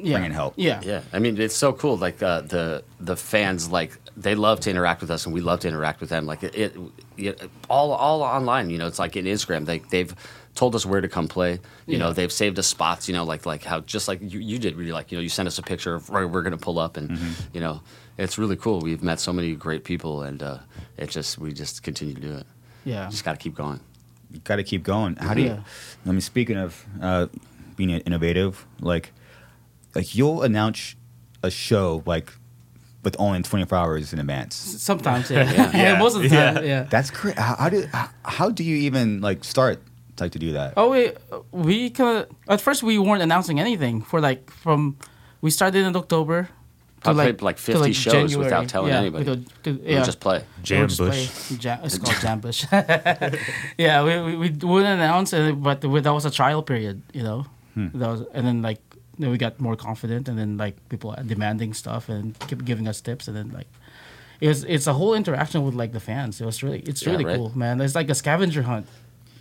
Yeah. bring in help. Yeah. Yeah, I mean it's so cool. Like uh, the the fans, like they love to interact with us, and we love to interact with them. Like it, it, it all all online. You know, it's like in Instagram. They they've told us where to come play. You know, Yeah. they've saved us spots. You know, like like how just like you, you did. Really, like you know, you sent us a picture of where we're gonna pull up, and you know, it's really cool. We've met so many great people, and uh, it just we just continue to do it. Yeah. Just got to keep going. You got to keep going. How do Yeah. you? I mean, speaking of uh, being innovative, like like you'll announce a show like with only 24 hours in advance. Sometimes, yeah. Yeah. Yeah. Most of the time, Yeah. yeah. That's great. How, how do how, how do you even like start like to do that? Oh, we we kind of at first we weren't announcing anything for like from we started in October. I played, like, 50 shows without telling yeah, anybody. without- to- We yeah. just play. Jambush. Jam, it's called Jambush. [LAUGHS] yeah, we, we, we wouldn't announce it, but that was a trial period, you know. That was, and then like then we got more confident, and then like people are demanding stuff and keep giving us tips, and then like it was it's a whole interaction with like the fans. It was really it's Yeah, really right. cool, man. It's like a scavenger hunt,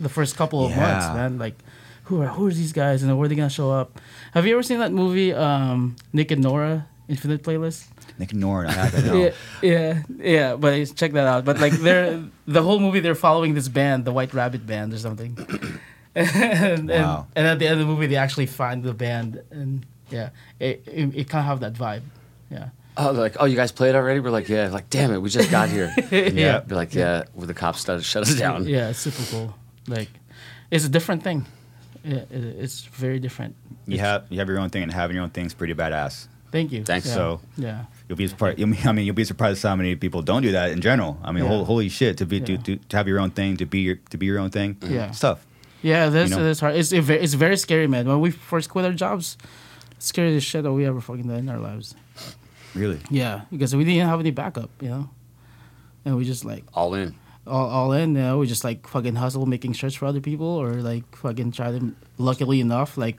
the first couple of months, Yeah. man. Like who are who are these guys, and where are they gonna show up? Have you ever seen that movie um, Nick and Nora Infinite Playlist? Nick Norton, I [LAUGHS] have it now. Yeah, yeah, yeah. But it's- check that out. But like, they're the whole movie. They're following this band, the White Rabbit Band, or something. and, Wow. and and at the end of the movie, they actually find the band, and yeah, it it, it kind of have that vibe. Yeah, Oh, they're like, oh, you guys played already? We're like, yeah. Like, damn it, we just got here. [LAUGHS] Yeah. Be like, yeah. Well, the cops started shut us Mm. down. yeah. It's super cool. Like, it's a different thing. Yeah, it, it's very different. You have you have your own thing, and having your own thing's pretty badass. Thank you. Thanks. Yeah. So- yeah, You'll be surprised. I mean- I mean, you'll be surprised how many people don't do that in general. I mean, Yeah. hol- holy shit, to be to, Yeah. to, to have your own thing, to be your to be your own thing. Yeah. it's tough. yeah. That's You know- that's hard. It's it, ve- it's very scary, man. When we first quit our jobs, scariest shit that we ever fucking did in our lives. Really, Yeah, because we didn't have any backup, you know. And we just like All in. all, all in, you know, we just like fucking hustle making shirts for other people or like fucking try to luckily enough, like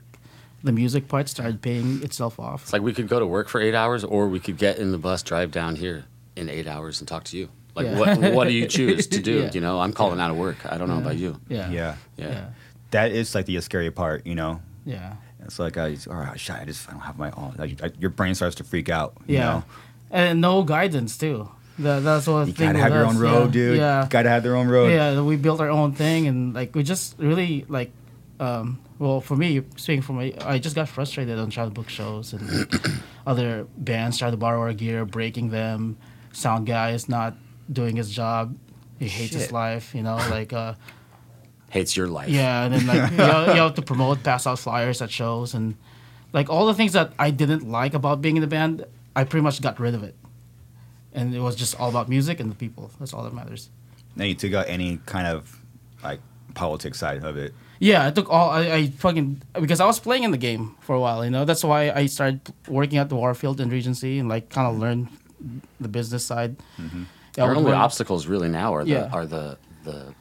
the music part started paying itself off. It's like we could go to work for eight hours, or we could get in the bus, drive down here in eight hours, and talk to you. Like, Yeah. what what [LAUGHS] do you choose to do? Yeah. You know, I'm calling out of work. I don't know about you. Yeah. yeah. Yeah. Yeah. That is like the scary part, you know. Yeah. It's like, I, all right, shit, I just I don't have my own. Like, I, your brain starts to freak out. You Yeah. know? And no guidance too. That, that's what you gotta have your own road, yeah. dude. Yeah. You gotta have their own road. yeah we built our own thing and like we just really like um well for me speaking for my i just got frustrated on trying to book shows and other bands trying to borrow our gear breaking them sound guy is not doing his job he hates his Shit. life you know like uh Hates your life. yeah and then like you, know, you have to promote pass out flyers at shows and like all the things that i didn't like about being in the band i pretty much got rid of it and it was just all about music and the people that's all that matters Now you took out any kind of like politics side of it. Yeah, I took all. I, I fucking because I was playing in the game for a while. You know, that's why I started working at the Warfield and Regency and like kind of learn the business side. Mm-hmm. Yeah, I Our would only learn- obstacles really now are the Yeah. are the the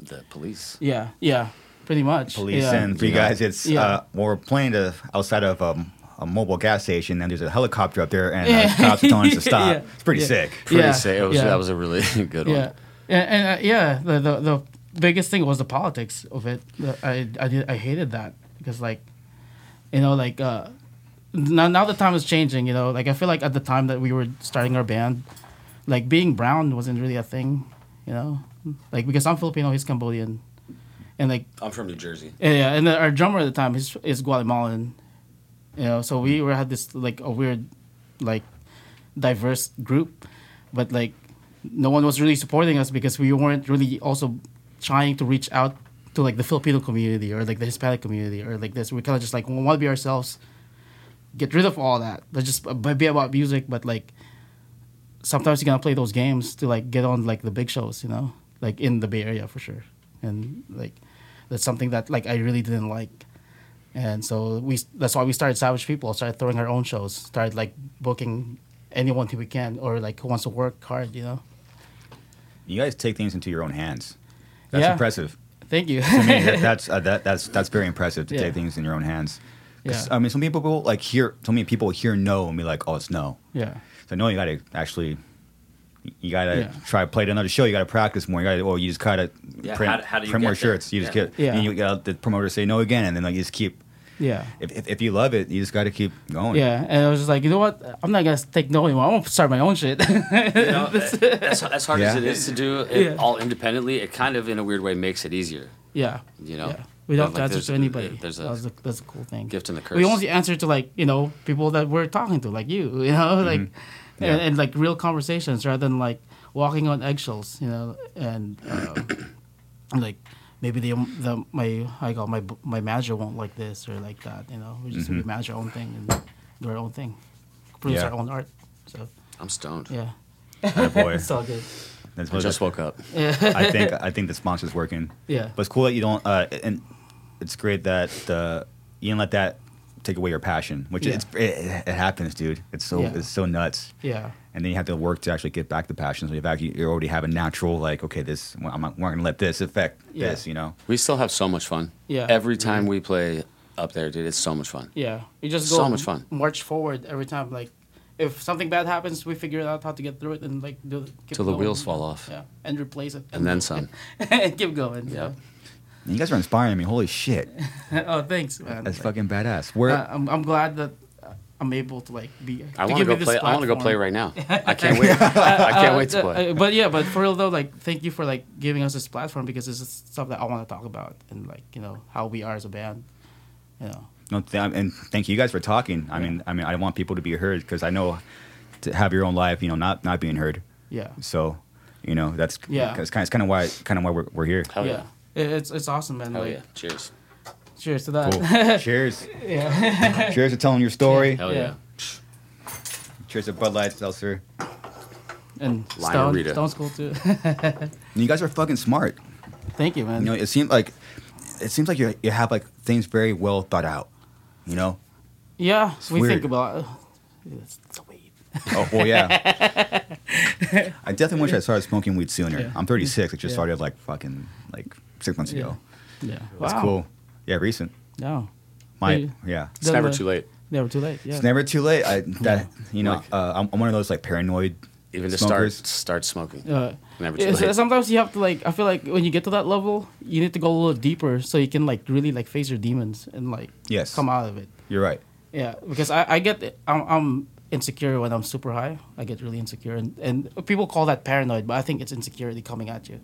the police. Yeah, yeah, pretty much. Police yeah. and for you Yeah. guys, it's Yeah. uh, well, we're playing to, outside of um, a mobile gas station, and there's a helicopter up there, and uh, cops are telling us to [LAUGHS] stop. Yeah. It's pretty Yeah. sick. Pretty Yeah. sick. It was- Yeah. That was a really [LAUGHS] good one. yeah, and, and uh, yeah, the, the the biggest thing was the politics of it. The- I I did, I hated that because like, you know, like uh, now now the time is changing. You know, like I feel like at the time that we were starting our band, like being brown wasn't really a thing. You know, like because I'm Filipino, he's Cambodian, and like I'm from New Jersey. yeah, yeah, and our drummer at the time is is Guatemalan, you know. So we were had this like a weird, like, diverse group, but like, no one was really supporting us because we weren't really also trying to reach out to like the Filipino community or like the Hispanic community or like this. We kind of just like want to be ourselves, get rid of all that. Let's just b- be about music, but like, sometimes you gotta play those games to like get on like the big shows, you know, like in the Bay Area for sure. And like that's something that like I really didn't like. And so we that's why we started Savage People, started throwing our own shows, started like booking anyone who we can or like who wants to work hard, you know. You guys take things into your own hands. That's Yeah. impressive. Thank you. I mean, that- that's uh, that, that's that's very impressive to Yeah. take things in your own hands. 'Cause, Yeah. I mean, some people will, like hear, so many people hear no and be like, oh, it's no. [LAUGHS] Yeah. So no, you got to actually, you got to Yeah. try to play to another show. You got to practice more. You got to, well, you just got to Yeah, print, how- how do you print get more there? shirts. You just Yeah. get, Yeah. and you got the promoter to say no again, and then like you just keep. Yeah. If, if, if you love it, you just got to keep going. Yeah, and I was just like, you know what? I'm not gonna take no anymore. I'm gonna start my own shit. [LAUGHS] you know, as, as hard as Yeah. it is to do it Yeah. all independently, it kind of in a weird way makes it easier. yeah, You know, yeah. we don't like, answer there's to a- anybody. there's a that's, a, that's a cool thing. gift and a We curse. only answer to like you know people that we're talking to, like you, [LAUGHS] you know, like Mm-hmm. Yeah. and, and like real conversations rather than like walking on eggshells, you know, and [COUGHS] uh, like maybe the the my I call my my manager won't like this or like that, you know. We just Mm-hmm. we manage our own thing and do our own thing, produce Yeah. our own art. So I'm stoned. yeah, Oh, [LAUGHS] boy. it's all good. That's I what- just woke up. [LAUGHS] I think I think the sponsor's working. Yeah. But it's cool that you don't. Uh, and it's great that the you didn't let that take away your passion, which Yeah. it's, it, it happens, dude. It's so Yeah. it's so nuts. Yeah. And then you have to work to actually get back the passion. So you actually you already have a natural like, okay, this I'm not, we're not gonna let this affect Yeah. this, you know. We still have so much fun. Yeah. Every time we play up there, dude, it's so much fun. Yeah, you just go So much fun. March forward every time. Like, if something bad happens, we figure out how to get through it and like do keep Till the going. wheels fall off. Yeah, and replace it, And then some. and [LAUGHS] keep going. Yeah. And you guys are inspiring me. Holy [LAUGHS] shit, Yeah. [LAUGHS] oh, thanks, man. that's fucking badass. Where Uh, I'm, I'm glad that uh, I'm able to like be. I to want give to you go this play. I want to go play platform. right [LAUGHS] now. I can't wait. I can't wait to Uh, play. uh, but yeah, but for real though, like thank you for like giving us this platform because this is stuff that I want to talk about and like you know how we are as a band, you know. No, th- and thank you guys for talking. I mean, I mean, I want people to be heard because I know to have your own life, you know, not not being heard. Yeah. So, you know, that's Yeah. That's kind of, kind of why kind of why we're, we're here. Hell yeah. It- It's it's awesome, man. Hell like, Oh, yeah. Cheers. Cheers to that. Cool. [LAUGHS] Cheers. yeah. Cheers to telling your story. Hell Oh, Yeah. yeah. Cheers to Bud Light Seltzer. and Lion Stone, Rita. Stone's cool too. [LAUGHS] And you guys are fucking smart. Thank you, man. You know, it seems like it seems like you you have like things very well thought out. You know. yeah, we weird. think about. It's, it's weed. Oh well, [LAUGHS] yeah. I definitely wish I started smoking weed sooner. Yeah. I'm 36. It just Yeah. started like fucking like six months Yeah. ago. Yeah, That's cool. Yeah, recent. No, My Hey. yeah. It's Then never the- too late. never too late. Yeah, It's never too late. I that you know Like- uh, I'm, I'm one of those like paranoid Even to start smokers. start smoking. Uh, Never too it's- late. Sometimes you have to like. I feel like when you get to that level, you need to go a little deeper so you can like really like face your demons and like Yes. come out of it. You're right. Yeah, because I, I get I'm, I'm insecure when I'm super high. I get really insecure, and, and people call that paranoid, but I think it's insecurity coming at you.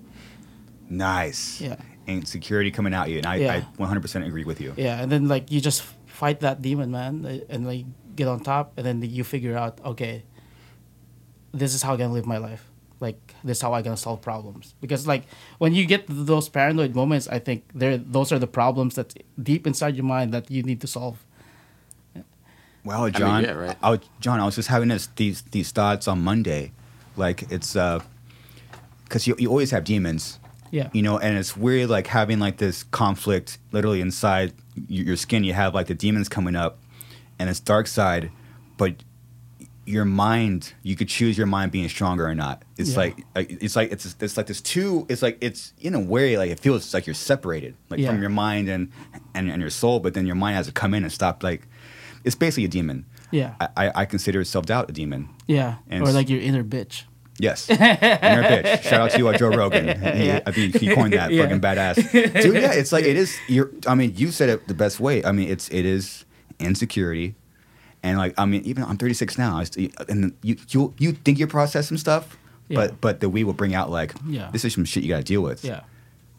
Nice. Yeah. And security coming out you, and I, Yeah. I 100% agree with you. Yeah, and then like you just fight that demon, man, uh, and like get on top, and then you figure out, okay, this is how I'm gonna live my life. Like this is how I'm gonna solve problems. Because like when you get th- those paranoid moments, I think there those are the problems that's deep inside your mind that you need to solve. Wow, John. I yeah, right. I was, John, I was just having this, these these thoughts on Monday, like it's because you you always have demons, Yeah. you know, and it's weird like having like this conflict literally inside y- your skin. You have like the demons coming up, and it's dark side, but your mind you could choose your mind being stronger or not. It's Yeah. like like it's like it's it's like this two. It's like it's in a way like it feels like you're separated like Yeah. from your mind and, and and your soul, but then your mind has to come in and stop like. It's basically a demon. Yeah. I, I- I consider self doubt a demon. yeah. And or s- like your inner bitch. [LAUGHS] Yes. Inner bitch. Shout out to you, uh, Joe Rogan. He- I think he coined that Yeah. fucking badass. Dude, yeah, it's like it is you're I mean, you said it the best way. I mean, it's it is insecurity. And like I mean, even I'm 36 now, I st- and you you you think you're processing stuff, Yeah. but but the we will bring out like Yeah. this is some shit you got to deal with. Yeah.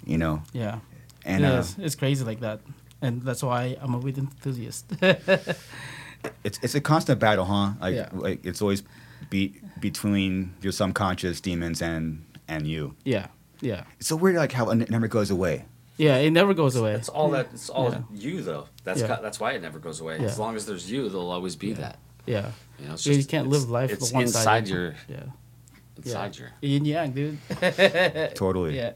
You know. Yeah. And It uh, is. it's crazy like that. And that's why I'm a weed enthusiast. [LAUGHS] it's it's a constant battle, huh? Like, Yeah. like it's always be between your subconscious demons and and you. yeah. Yeah. It's so weird, like how it never goes away. Yeah, it never goes away. It's all that. It's all Yeah. you though. That's Yeah. ki- that's why it never goes away. Yeah. As long as there's you, there'll always be that. Yeah. You know, it's Yeah, you just- can't it's- live life it's the one inside your- Yeah. Inside you. yeah. Yin yang, [LAUGHS] dude. Totally. yeah.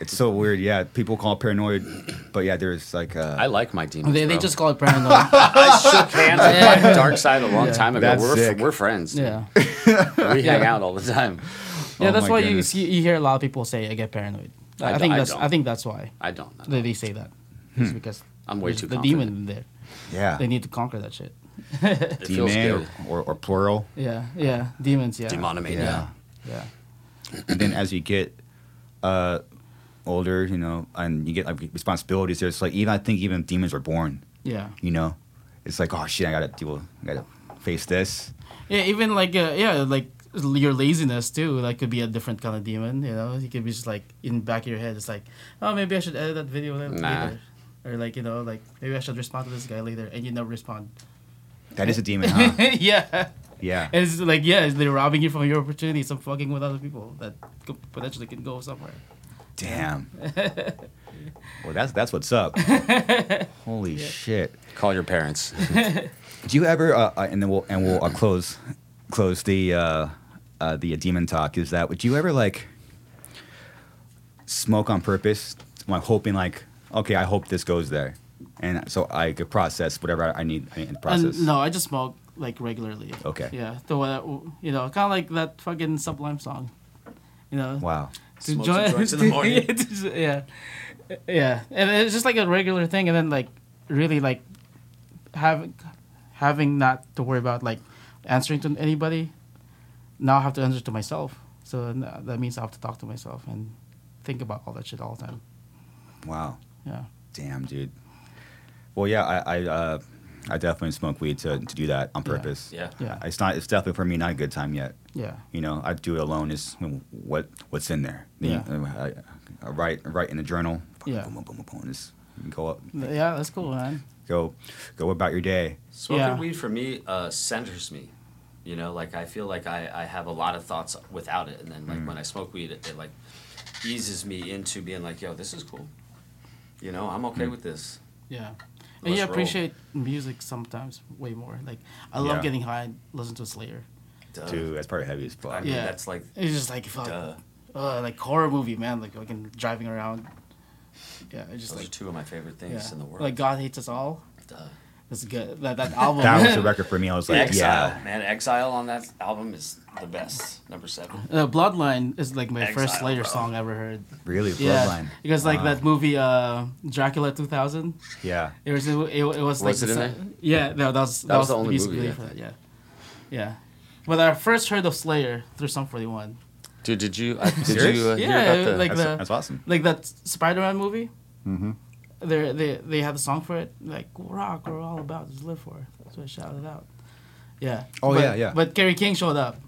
It's so weird. Yeah, people call it paranoid, but yeah, there's like uh, I like my demons. They, they bro. [LAUGHS] just call it paranoid. I shook hands with my dark side a long time ago. That's We're, sick. we're friends. yeah. We hang out all the time. Yeah, Oh that's my why goodness. you see, you hear a lot of people say I get paranoid. I, I think don't- I that's I don't. think that's why I don't. know. they, they say that. It's because I'm way there's too the confident. demon in there. Yeah. They need to conquer that shit. It feels Demon or, good. or, or plural. Yeah, yeah. Demons, yeah. Demonomania. Yeah. Yeah. and then as you get uh, older, you know, and you get like responsibilities, there's like even I think even demons are born. Yeah. You know, it's like oh shit, I gotta deal, I gotta face this. Yeah, even like uh, yeah, like your laziness too. Like could be a different kind of demon. You know, you could be just like in back of your head. It's like, oh, maybe I should edit that video la- Nah. later, or like you know, like maybe I should respond to this guy later, and you never respond. That is a demon, huh? [LAUGHS] yeah, Yeah. and it's like yeah, they're robbing you from your opportunities. I'm fucking with other people that could potentially can go somewhere. [LAUGHS] Damn. well, that's that's what's up. Holy shit. Call your [LAUGHS] parents. Do you ever uh, uh, and then we'll and we'll uh, close close the uh, uh, the demon talk is that would you ever like smoke on purpose like hoping like okay I hope this goes there and so I could process whatever I I need I need to process And no, I just smoke like regularly. Okay. Yeah, so uh, you know, kind of like that fucking Sublime song. You know. wow to Smoke join some joints in the [LAUGHS] morning. yeah, yeah, and it's just like a regular thing, and then like really like having having not to worry about like answering to anybody. Now I have to answer to myself, so n- that means I have to talk to myself and think about all that shit all the time. wow Yeah, damn dude well yeah I I, uh, I definitely smoke weed to, to do that on Yeah. purpose yeah. yeah, it's not it's definitely for me not a good time yet yeah, you know i do it alone is what what's in there Yeah. I, I write write in a journal Yeah. boom, boom, boom, boom, boom, just go up yeah. That's cool, man. go go about your day Smoking Yeah. weed for me uh, centers me. You know, like I feel like I, I have a lot of thoughts without it, and then Mm. like when I smoke weed, it, it like eases me into being like, yo, this is cool. You know, I'm okay with this. Yeah. And Let's you roll. appreciate music sometimes way more. Like I love Yeah. getting high and listen to Slayer. Duh. dude that's probably heavy as I fuck mean, Yeah. that's like, It's just like fuck, duh. uh, like horror movie, man. Like fucking driving around. Yeah, it's just Those are like two of my favorite things yeah. in the world. Like God hates us all. Duh. That's good. That [LAUGHS] that album. that [LAUGHS] was the record for me i was like Exile, yeah man. Exile on that album is the best. Number seven. Uh, Bloodline is like my first Exile, Slayer bro. song I ever heard. really Yeah, bloodline because like Wow. that movie uh, Dracula 2000. yeah It was it, it was like Was the it se- in there? Yeah, no, that was that, was, the only music movie, video yeah. for that. Yeah, yeah. But I first heard of Slayer through Sum 41. Dude, did you uh, did Serious? you uh, Yeah, hear about the? like- that's, the- that's awesome like that Spider-Man movie. Mm-hmm. They they they had a song for it, like "Rock, we're all about is live for." So I shouted out. Yeah. Oh, But- yeah, yeah. But Kerry King showed up,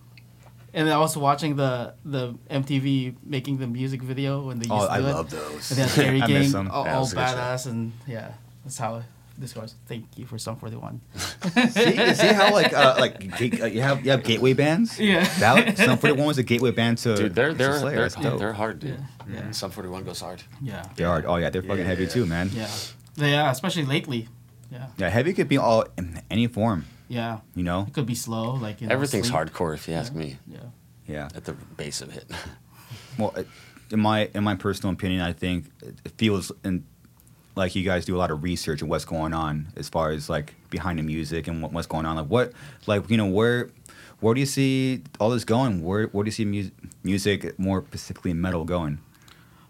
and I was watching the the MTV making the music video when they used oh to i do love it. those And then [LAUGHS] [LAUGHS] Kerry i miss King, them all, Yeah, it all was a good show. Oh, badass, and yeah, that's how this goes. Thank you for Sum 41. see, see how like uh, like gate, uh, you have you have gateway bands [LAUGHS] Yeah. that some 41 was a gateway band to Dude, they're to they're Slayer. they're, That's dope. they're hard, dude. Yeah. Yeah. Sub forty one goes hard. Yeah. They are oh yeah they're fucking heavy Yeah. too man Yeah. Yeah, especially lately. Yeah. yeah heavy could be all in any form Yeah. you know It could be slow, like you know, Everything's sleep. hardcore, if you ask me. Yeah. yeah At the base of it, [LAUGHS] Well, it- in my in my personal opinion, I think it feels in, like you guys do a lot of research and what's going on as far as like behind the music and what, what's going on. Like what, like you know where. Where do you see all this going? Where, where do you see mu- music, more specifically metal, going?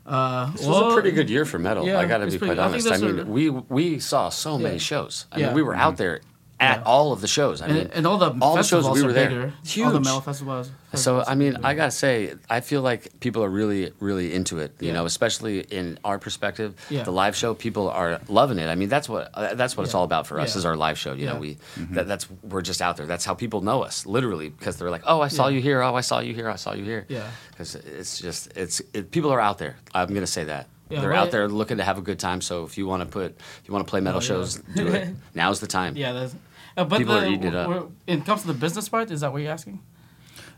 Uh, this was a pretty good year for metal. yeah, I got to it's be pretty- quite I think honest. I those mean, are- we we saw so many Yeah. shows. I Yeah. Mm-hmm. mean, we were out there at Yeah. all of the shows. I mean, and, and all the all the shows festivals we were are there. bigger. Huge. All the metal festivals. So festivals I are mean, bigger. I gotta say, I feel like people are really, really into it. You Yeah. know, especially in our perspective, Yeah. the live show people are loving it. I mean, that's what uh, that's what it's Yeah. all about for us Yeah. is our live show. You know, Yeah. we that, that's we're just out there. That's how people know us, literally, because they're like, oh, I saw Yeah. you here. Oh, I saw you here. I saw you here. Yeah. Because it's just it's it, people are out there. I'm gonna say that. Yeah, They're well, out it- there looking to have a good time. So if you want to put, if you want to play metal Oh, yeah. shows, do [LAUGHS] it. Now's the time. yeah, that's, uh, but People the, are eating it up. we're- When it comes to the business part, is that what you're asking?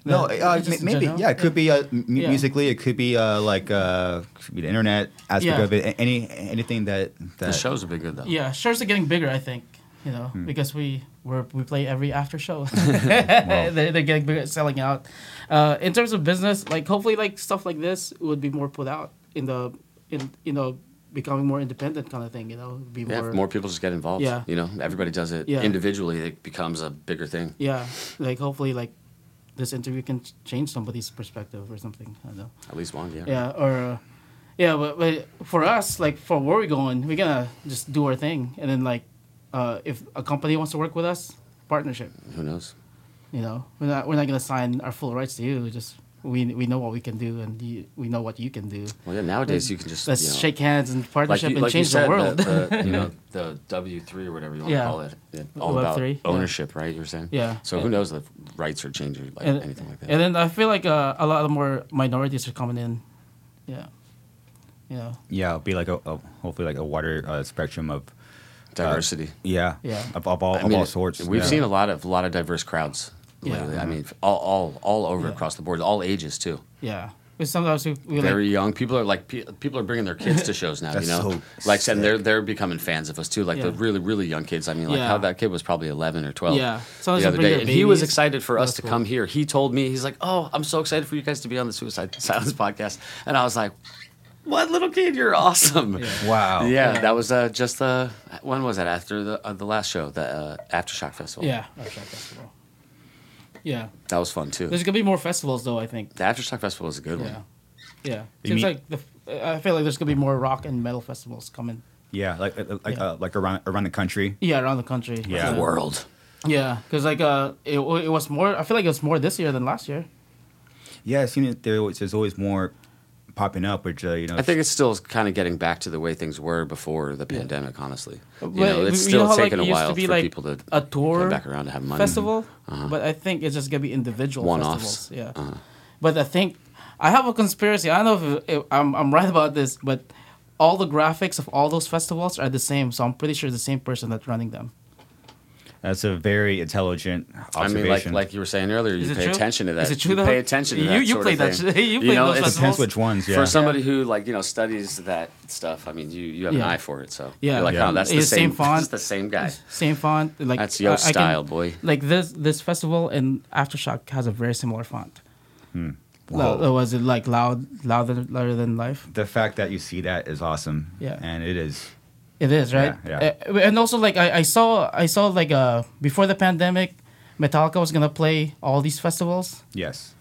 No, The- uh, just in maybe general? yeah. It could be uh, m- Yeah. musically. It could be uh, like uh, could be the internet aspect Yeah. of it. a- Any anything that that The shows have been good though. Yeah, shows are getting bigger. I think you know Hmm. because we we're, we play every after [LAUGHS] show. [LAUGHS] they're, they're getting bigger, selling out. Uh, in terms of business, like hopefully, like stuff like this would be more put out in the in you know becoming more independent kind of thing. You know, be Yeah, more if more people just get involved. Yeah. You know, everybody does it Yeah. individually. It becomes a bigger thing. yeah. Like hopefully, like this interview can ch- change somebody's perspective or something. I don't know. At least one, yeah. yeah or uh, yeah but, but for us like for where we're going we're gonna just do our thing and then like uh, if a company wants to work with us, partnership. Who knows? You know, we're not we're not gonna sign our full rights to you. Just we we know what we can do, and you, we know what you can do. Well, yeah. Nowadays, you can just Let's you know, shake hands and partnership you- and you change said, the world. The, you know, the W three or whatever you want Yeah. to call it. Yeah, all Web about three, yeah. ownership, right? You're saying. Yeah. So who knows if rights are changing, [LAUGHS] like and, anything like that. and then I feel like uh, a lot of more minorities are coming in. Yeah. You know. Yeah, it'll be like a, a hopefully like a wider uh, spectrum of uh, Diversity. yeah, Yeah. of, of all I of mean, all sorts. We've yeah. seen a lot of lot of diverse crowds. Yeah. Uh-huh. Lately. I mean, all all, all over Yeah. across the board, all ages too. Yeah. But sometimes we, we Very like, young people are like pe- people are bringing their kids to shows [LAUGHS] now. That's you know, so like and they're sick. they're becoming fans of us too. Like the Yeah. really really young kids. I mean, like Yeah. how that kid was probably eleven or twelve. Yeah. Sometimes the they other bring day, their and he was babies. excited for us That's to cool. come here. He told me he's like, "Oh, I'm so excited for you guys to be on the Suicide [LAUGHS] Silence podcast," and I was like. What little kid, you're awesome! wow. Yeah, that was uh, just uh, when was that after the uh, the last show, the uh, AfterShock Festival. yeah. Oh, Aftershock Festival. Yeah. that was fun too. There's gonna be more festivals though. I think. The Aftershock Festival was a good Yeah. one. Yeah. You Seems mean- like the. I feel like there's gonna be more rock and metal festivals coming. Yeah, like uh, like Yeah. Uh, like around around the country. Yeah, around the country. Yeah. The world. Yeah, because like uh, it, wa- it was more. I feel like it was more this year than last year. Yeah, it seems that there was, there's always more popping up, which uh, you know. I think it's still kind of getting back to the way things were before the pandemic. Honestly, you But know, it's you still know how, Uh, like, taking it a used to while be, for like, people to a tour come back around to have money. Festival, but I think it's just gonna be individual One-offs. Uh-huh. festivals. Yeah, but I think I have a conspiracy. I don't know if, if I'm I'm right about this, but all the graphics of all those festivals are the same. So I'm pretty sure the same person that's running them. that's a very intelligent I observation. mean, like like you were saying earlier, you it pay true? attention to that. Is it true You though? pay attention to You- that. you sort played of that thing. shit. [LAUGHS] You played those it's- festivals. depends which ones. Yeah. For somebody who like you know studies that stuff, I mean, you you have an Yeah. eye for it. So Yeah. you're like, Yeah. oh, that's the It's the same. [LAUGHS] same font. That's the same guy. Same font. Like That's your I- I can- style, boy. Like this this festival and aftershock has a very similar font. Lo- was it like loud, louder, louder than life? the fact that you see that is awesome. Yeah. and it is. It is right. Yeah, Uh, and also, like I, I saw, I saw like uh before the pandemic, Metallica was gonna play all these festivals, Yes.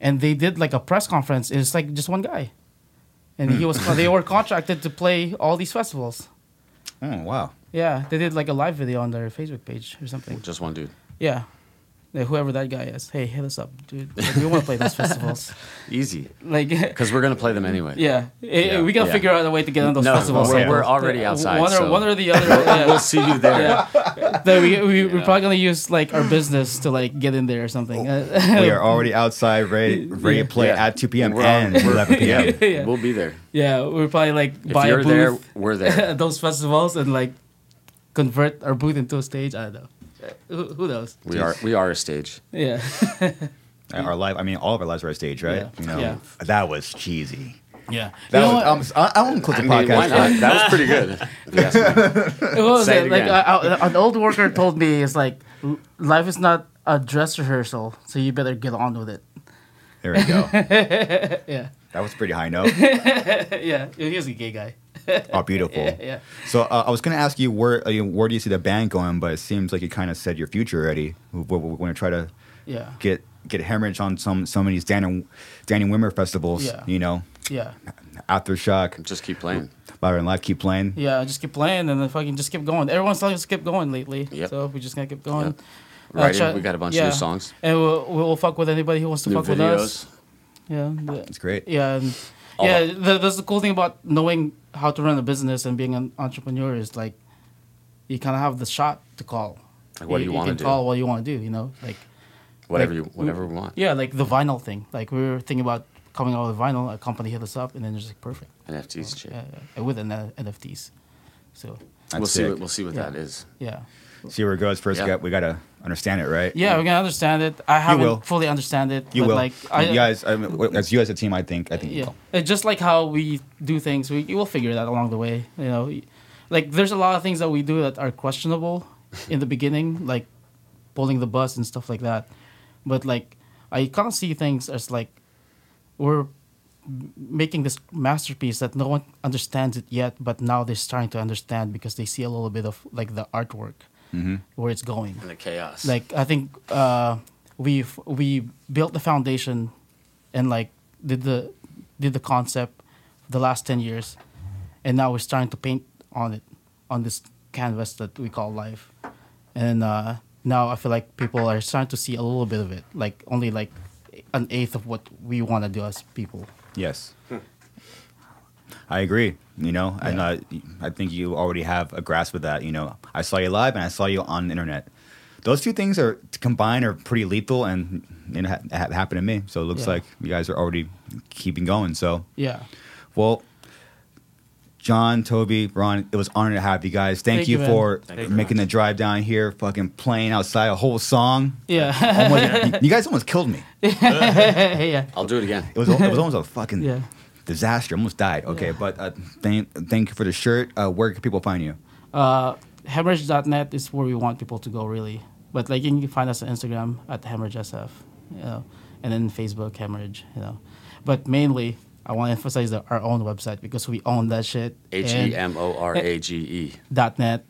and they did like a press conference. It's like just one guy, and he was Hmm. they [LAUGHS] were contracted to play all these festivals. Oh [LAUGHS] wow. Yeah, they did like a live video on their Facebook page or something. Just one dude. Yeah. Yeah, Whoever that guy is, hey, hit us up, dude. We want to play those festivals. Easy, Like, [LAUGHS] because we're gonna play them anyway. yeah, eh, Yeah, we gotta yeah. figure out a way to get on those No, festivals. we're, somehow. we're already outside. One or so one or the other. yeah. [LAUGHS] We'll see you there. that we, we we're Yeah. probably gonna use like our business to like get in there or something. Oh. Uh, we are already outside, ready, ready to play Yeah. at 2 p.m. We're on- and 11 [LAUGHS] p.m. Yeah. We'll be there. [LAUGHS] yeah, we're probably like If buy you're a there, booth we're [LAUGHS] there. at those festivals and like convert our booth into a stage. I don't know. Uh, Who, who knows? we are we are a stage. Yeah, [LAUGHS] our life, I mean, all of our lives were on stage, right? Yeah. Yeah. that was cheesy. yeah. That you know what? was, I'm, I, I won't close the podcast. why not? That was pretty [LAUGHS] good. Yes. What was Say it it? Like again. uh, uh, an old worker told me, "It's like l- life is not a dress rehearsal, so you better get on with it." There we go. [LAUGHS] Yeah, That was a pretty high note. [LAUGHS] yeah. He was a gay guy. Oh, beautiful. [LAUGHS] Yeah. So uh, I was going to ask you where uh, you- where do you see the band going, but it seems like you kind of said your future already. We're, we're going to try to Yeah, get get hemorrhage on some some of these Danny Danny Wimmer festivals. Yeah. You know, yeah, aftershock, Just keep playing. Louder and Live, keep playing. yeah. Just keep playing, and then fucking just keep going. Everyone's telling us to keep going lately, Yep. so we just gonna keep going. Yep. Right, try- we got a bunch of yeah. new songs, And we'll, we'll fuck with anybody who wants to new fuck with videos. us. Yeah. the- It's great. yeah. And, All yeah. that- The, that's the cool thing about knowing how to run a business and being an entrepreneur is like, you kind of have the shot to call. Like, what do you wanna can do? Call what you want to do. You know, like Whatever you like, whatever we want. yeah, like the vinyl thing. Like we were thinking about coming out with vinyl. A company hit us up, and then it's like perfect. NFTs and shit. Yeah, yeah. And with an uh, NFTs. So That's we'll see sick. what we'll see what Yeah. that is. yeah. see where it goes. First, Yeah. we got- we got to understand it, right? Yeah, we can understand it. I will. haven't fully understand it. You but will. Like, I, you guys, I mean, w- as you as a team, I think. I think. Yeah, it's just like how we do things. We we'll figure that along the way. You know, like there's a lot of things that we do that are questionable in the beginning, like pulling the bus and stuff like that. But like I kind of see things as like we're m- making this masterpiece that no one understands it yet, but now they're starting to understand because they see a little bit of like the artwork where it's going And the chaos. like I think uh, we we built the foundation and like did the did the concept the last ten years, and now we're starting to paint on it on this canvas that we call life, and uh, now I feel like people are starting to see a little bit of it, like only like an eighth of what we want to do as people. Yes. Hmm. I agree. You know, and uh, I think you already have a grasp of that. You know, I saw you live and I saw you on the internet. Those two things are combined are pretty lethal, and it ha- ha- happened to me. So it looks Yeah. like you guys are already keeping going. So, Yeah. well, John, Toby, Ron, it was an honor to have you guys. Thank, Thank you, you, man. for Thank you. making the drive down here, fucking playing outside a whole [LAUGHS] song. Yeah. [LAUGHS] Almost- you- you guys almost killed me. yeah. I'll do it again. It was it [LAUGHS] was almost a fucking Yeah. disaster. Almost died. Okay, but uh, thank thank you for the shirt. Uh, where can people find you? Uh, hemorrhage.net is where we want people to go, really. But like you can find us on Instagram at hemorrhagesf, you know, and then Facebook hemorrhage, you know. But mainly, I want to emphasize that our own website because we own that shit. H and- E M O R A G E. dot net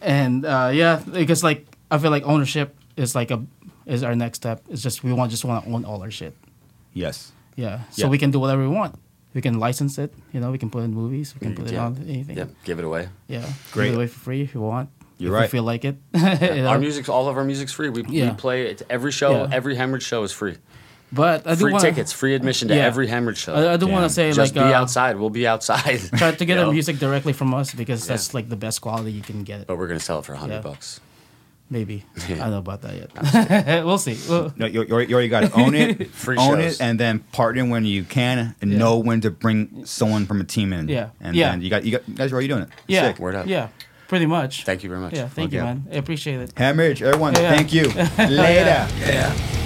and uh, yeah because like i feel like ownership is like a is our next step it's just we want just want to own all our shit Yes. yeah so Yeah. we can do whatever we want we can license it you know we can put it in movies we can put it Mm, Yeah. on anything Yep, give it away. yeah Give Great. it away for free if you want You're if right. you feel like it [LAUGHS] You know? Our music's all of our music's free. We, Yeah. we play it every show. Yeah. Every hemorrhage show is free. but i do Free wanna, tickets, free admission to Yeah. every hemorrhage show. i, I do Damn. want to say like Just be uh, outside. We'll be outside. try to get [LAUGHS] You the know? music directly from us because that's like the best quality you can get But we're gonna sell it for hundred Yeah. bucks. [LAUGHS] maybe i don't know about that yet [LAUGHS] we'll see We'll- No, you, you already- you already got to own it, [LAUGHS] Free own shows. it, and then partner when you can, and Yeah. know when to bring someone from a team in. Yeah. and Yeah. then you got you got you guys are already doing it. yeah Sick. Word up. yeah pretty much Thank you very much. yeah thank Okay. you man i appreciate it [LAUGHS] Hemorrhage, everyone. Yeah. Thank you. Later. Yeah.